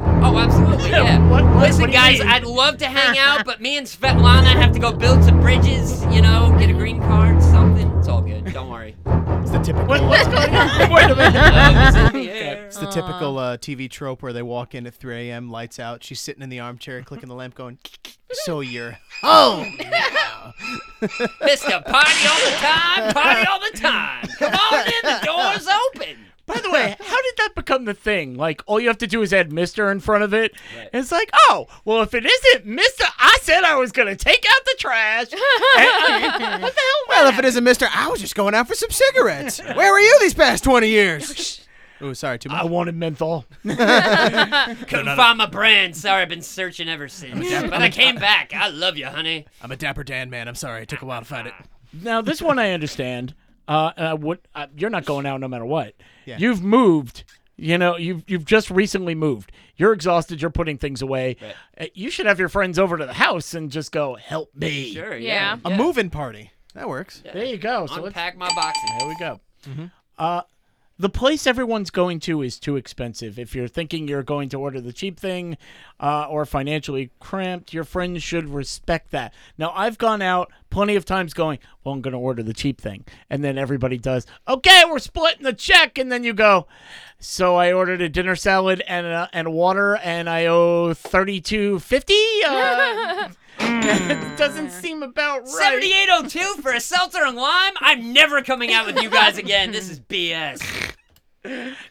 oh, absolutely. Yeah.
What- what-
Listen,
what do you
guys,
mean?
I'd love to hang out, but me and Svetlana have to go build some bridges. You know, get a green card, something. It's all good. Don't worry.
it's the typical.
What, what's going on? Wait a minute.
Love is in the air.
It's the typical uh, TV trope where they walk in at 3 a.m., lights out. She's sitting in the armchair, clicking the lamp, going, "So you're home."
Mister Party all the time. Party all the time. Come on in. The door's open.
By the way, how did that become the thing? Like, all you have to do is add Mister in front of it. It's like, oh, well, if it isn't Mister, I said I was gonna take out the trash. And I- what the
Oh,
hell?
Well, if it isn't Mister, I was just going out for some cigarettes. Where were you these past 20 years? oh, sorry, too much.
I wanted menthol.
Couldn't find my brand. Sorry, I've been searching ever since. But I came back. I love you, honey.
I'm a dapper Dan man. I'm sorry, it took a while to find it.
Ah,
Now this one I understand. Uh, and I would, uh, you're not going out no matter what.
Yeah.
You've moved. You know, you've you've just recently moved. You're exhausted. You're putting things away. Uh, you should have your friends over to the house and just go help me.
Sure.
Yeah.
Yeah.
A moving party. That works.
There you go. So let's,
Unpack my boxes.
there we go.
Mm-hmm.
Uh, the place everyone's going to is too expensive. If you're thinking you're going to order the cheap thing uh, or financially cramped, your friends should respect that. Now, I've gone out plenty of times going, Well, I'm going to order the cheap thing. And then everybody does, Okay, we're splitting the check. And then you go, So I ordered a dinner salad and, uh, and water, and I owe thirty two fifty. Uh, it doesn't seem about right.
7802 for a seltzer and lime? I'm never coming out with you guys again. This is BS.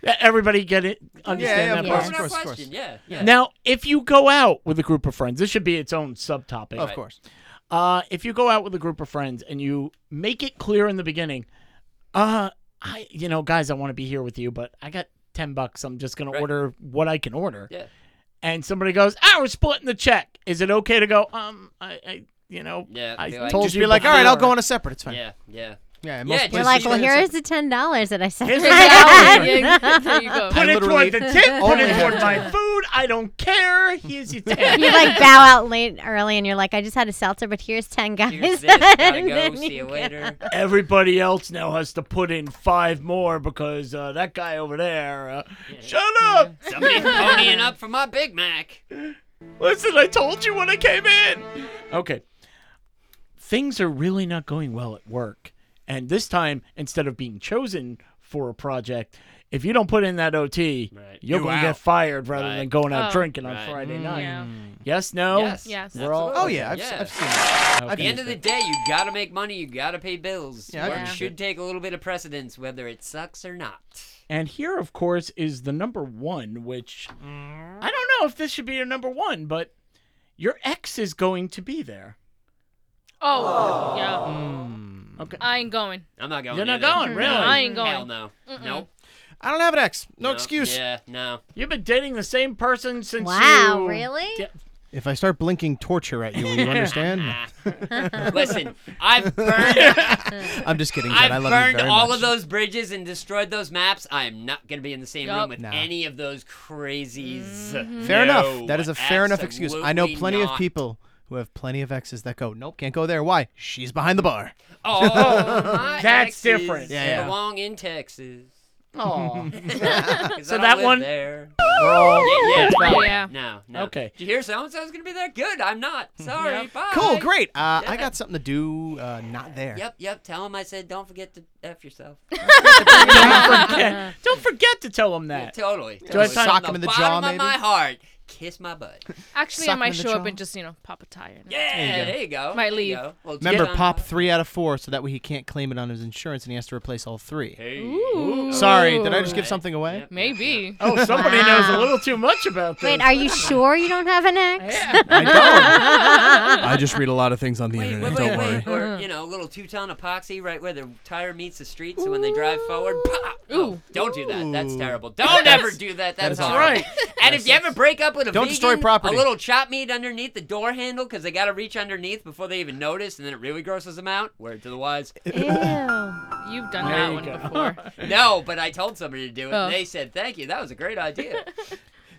Everybody get it?
yeah,
Understand
of
that
course,
part?
Wasn't
of
our
course, of
question.
course.
Yeah. yeah.
Now, if you go out with a group of friends, this should be its own subtopic.
Of course.
Uh, if you go out with a group of friends and you make it clear in the beginning, uh, I, you know, guys, I want to be here with you, but I got ten bucks. I'm just gonna
Right.
order what I can order.
Yeah.
And somebody goes, "Ah, we're splitting the check. Is it okay to go? Um, I, I you know,
Yeah,
I
be like-
told
Just
you
be like, all right, I'll
before."
go on a separate. It's fine.
Yeah. Yeah.
Yeah, in
Yeah,
most
just
You're
places
like,
you
well,
can
here
say-
is the ten dollars that I sent.
Here's
you."
the
Yeah, there you go.
Put
I
it
literally-
toward the tip. Put
Only
it toward
have
my food. I don't care. Here's your tip.
you like bow out late early, and you're like, I just had a seltzer, but here's ten guys.
Here's this. Gotta
And
go.
then
See you later.
Everybody else now has to put in five more because uh, that guy over there. Uh, shut up!
Somebody's ponying up for my Big Mac.
Listen, I told you when I came in. Okay. Things are really not going well at work. And this time, instead of being chosen for a project, if you don't put in that OT,
Right.
you're
You
going to
out.
get fired rather than
Right.
going out
Oh.
drinking on
Right.
Friday
Mm.
night.
Yeah.
Yes, no?
Yes.
Yes.
We're all-
Oh yeah, I've,
Yeah.
I've seen that.
Okay.
At the end of the day, you gotta make money. You gotta pay bills.
Yeah, I
Work
can-
should take a little bit of precedence, whether it sucks or not.
And here, of course, is the number one, which I don't know if this should be your number one, but your ex is going to be there.
Oh, yeah.
Okay.
I ain't going.
I'm not going.
You're not
either.
going, really?
No, I ain't
Hell
going.
no. Nope.
I don't have an ex. No
Nope.
excuse.
Yeah. No.
You've been dating the same person since
Wow,
you-
really?
Yeah.
If I start blinking torture at you, will you understand?
Listen, I've burned.
I'm just kidding. Jen.
I've
I love you
burned
very
all
much.
of those bridges and destroyed those maps. I am not going to be in the same room
Yup.
with
Nah.
any of those crazies.
Mm-hmm.
Fair
No,
enough. That is a fair enough excuse. I know
absolutely
plenty of
not.
people who have plenty of exes that go, nope, can't go there. Why? She's behind the bar.
Oh, my
That's
exes
different.
Yeah, yeah.
Belong in Texas.
Aw.
'Cause
So
I don't
that
live
one-
There.
yeah,
Yeah.
No, no.
Okay.
Did you hear so and so's gonna be there? Good. I'm not. Sorry. Bye.
Cool, great. Uh, I got something to do. Uh, not there.
Oh, Yep, yep. Tell him I said don't forget to f yourself.
don't, forget, don't forget to tell him that.
totally.
Do I
totally.
sock
From
him in the jaw,
bottom
maybe?
Of my heart. Kiss my butt.
Actually, I
Suck
might
me in
show
the
up
jaw.
and just, you know, pop a tire.
Yeah. There you go.
Might
there you
leave.
go. Well,
Remember,
yeah.
pop three out of four, so that way he can't claim it on his insurance, and he has to replace all three.
Hey.
Sorry, did I just give something away?
Yep.
Maybe.
Oh, somebody
Wow.
knows a little too much about this.
Wait, are you sure you don't have an ex?
I don't. I just read a lot of things on the
Wait, wait, wait, wait. Or, you know, a little two-ton epoxy right where the tire meets the street, so when they drive forward, pop!
Ooh.
don't do that. That's
Ooh.
terrible. Don't ever do that. That's
is
horrible.
right.
And if you ever break up with a
Don't
vegan,
destroy property.
a little chopped meat underneath the door handle because they got to reach underneath before they even notice, and then it really grosses them out. Word to the wise.
Ew.
You've done
There
that
you
one
go.
before.
no, but I told somebody to do it,
Oh.
and they said, thank you. That was a great idea.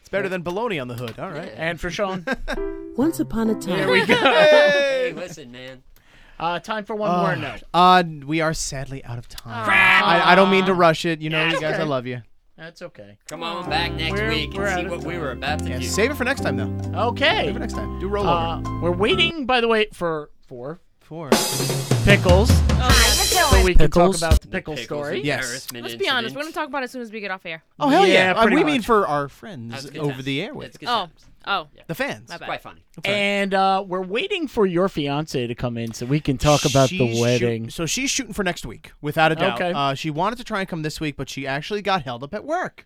It's better than bologna on the hood. All right.
and for Sean,
Once upon a time.
hey, listen, man.
uh, time for one more note.
Uh, we are sadly out of time. I, I don't mean to rush it. You know, you guys, I love you.
That's okay.
Come on back next
We're-
week
we're
and see
out of
what we were about to
Yeah,
do.
save it for next time, though. Save
Okay.
it next time. Do rollover.
Uh, we're waiting, by the way, for for
Four.
pickles, so
Pickles?
we can talk about the pickle
Pickles
story.
and
Yes.
embarrassment
Let's be honest. We're going
incident.
to talk about it as soon as we get off air.
Oh hell
Yeah,
yeah! Uh,
pretty
we
much.
mean for our
That's
friends
good
over
times.
the
That's
airwaves.
good
Oh.
times.
Oh.
The fans.
It's quite funny.
And uh, we're waiting for your fiance to come in so we can talk about
She's
the
shoot-
wedding.
so she's shooting for next week, without a doubt.
Okay.
Uh, she wanted to try and come this week, but she actually got held up at work.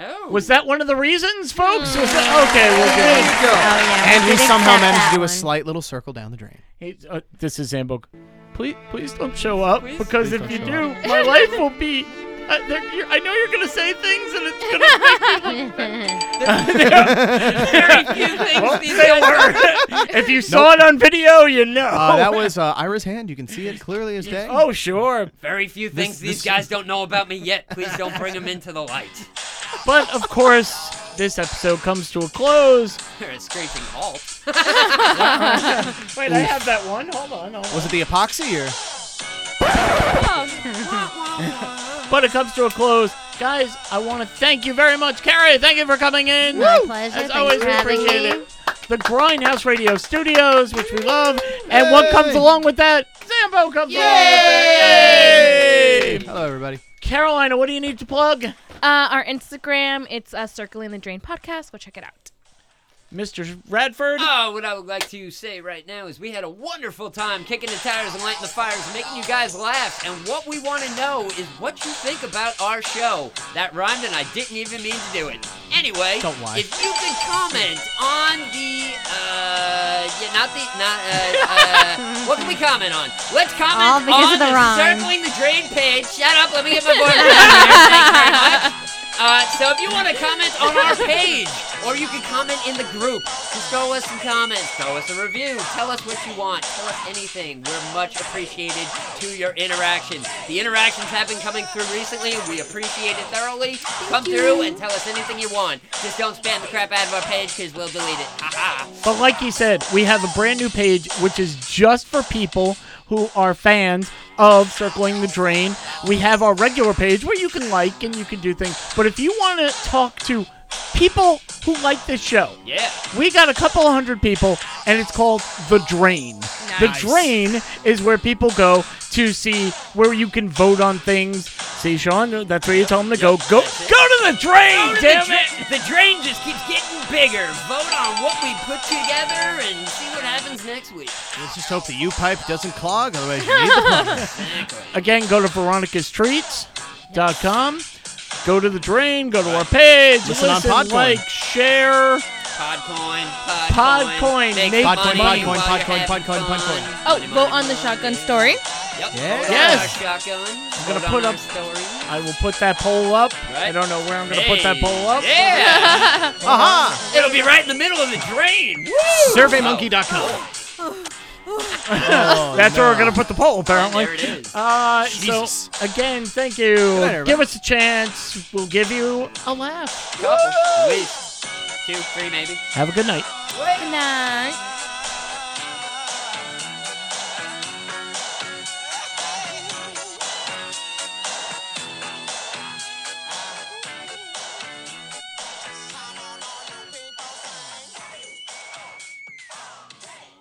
Oh.
Was that one of the reasons, folks? Was that okay? We'll do it.
go. and
we
we
did
somehow
accept
managed
that
to do
one.
a slight little circle down the drain.
Hey, uh, this is Zambog. Please, please don't show up
Please-
because if you do, my life will be. Uh, there- you're- I know you're gonna say things, and it's gonna make me look
Very few things these guys
bad. if you saw it on video, you know.
Uh, that was uh, Ira's hand. You can see it clearly as day.
oh, sure,
Very few things these
this-
guys don't know about me yet. Please don't bring them into the light.
but of course, this episode comes to a close.
They're a scraping halt.
Wait, I have that one. Hold on. Hold on.
Was it the epoxy or?
But it comes to a close, guys. I want to thank you very much, Carrie. Thank you for coming in.
My pleasure.
As
Thanks
always,
for
we
having
appreciate
me.
it. The Grindhouse Radio Studios, which we love, and what comes along with that? Zambo comes along with that. Yay!
Hello, everybody.
Carolina, what do you need to plug?
Uh, our Instagram, it's uh, Circling the Drain Podcast. Go check it out.
Mr. Radford.
Oh, what I would like to say right now is we had a wonderful time kicking the tires and lighting the fires and making you guys laugh. And what we want to know is what you think about our show. That rhymed and I didn't even mean to do it. Anyway,
Don't lie.
if you can comment on the, uh, yeah, not the, not, uh, uh, what can we comment on? Let's
All
comment on
because of the rhyme.
Circling the Drain page. Shut up, let me get my voice down there. Thank you very much. Uh, so if you want to comment on our page, or you can comment in the group, just throw us some comments, throw us a review, tell us what you want, tell us anything. We're much appreciated to your interaction. The interactions have been coming through recently, and we appreciate it thoroughly. Come through and tell us anything you want. Just don't spam the crap out of our page, because we'll delete it. Haha.
But like he said, we have a brand new page which is just for people who are fans of Circling the Drain. We have our regular page where you can like and you can do things. But if you want to talk to people who like this show,
Yeah.
we got a couple of hundred people and it's called The Drain. The
Nice.
Drain is where people go to see where you can vote on things. See, Sean, that's where you tell them to go. Go, go to the drain, damn
Oh, the,
it!
dra- the drain just keeps getting bigger. Vote on what we put together and see what happens next week.
Let's just hope the U pipe doesn't clog, otherwise you need the pump.
Again, go to veronicastreats.com. Go to the drain, go to our page,
Listen on Podcoin.
like, share.
Podcoin,
Podcoin,
Podcoin, make
make
money
money.
while you're
Podcoin, Podcoin,
having
Podcoin,
fun.
Podcoin.
Oh,
Money,
vote on
money,
the
money.
shotgun story.
Yep.
Yeah.
vote
Yes.
on our Shotgun.
gonna
Vote on
put
our
up-
story.
I will put that poll up. I
Right.
don't know where I'm going to put that
Hey.
poll up.
Yeah.
Aha!
It'll be right in the middle of the drain. Woo!
SurveyMonkey.com. Oh,
That's where we're
no.
going to put the poll, apparently.
There it is.
Uh,
Jesus.
So, again, thank
night,
you.
everybody.
Give us a chance. We'll give you a laugh.
Couple. At least Two, three, maybe.
Have a good night.
Good night.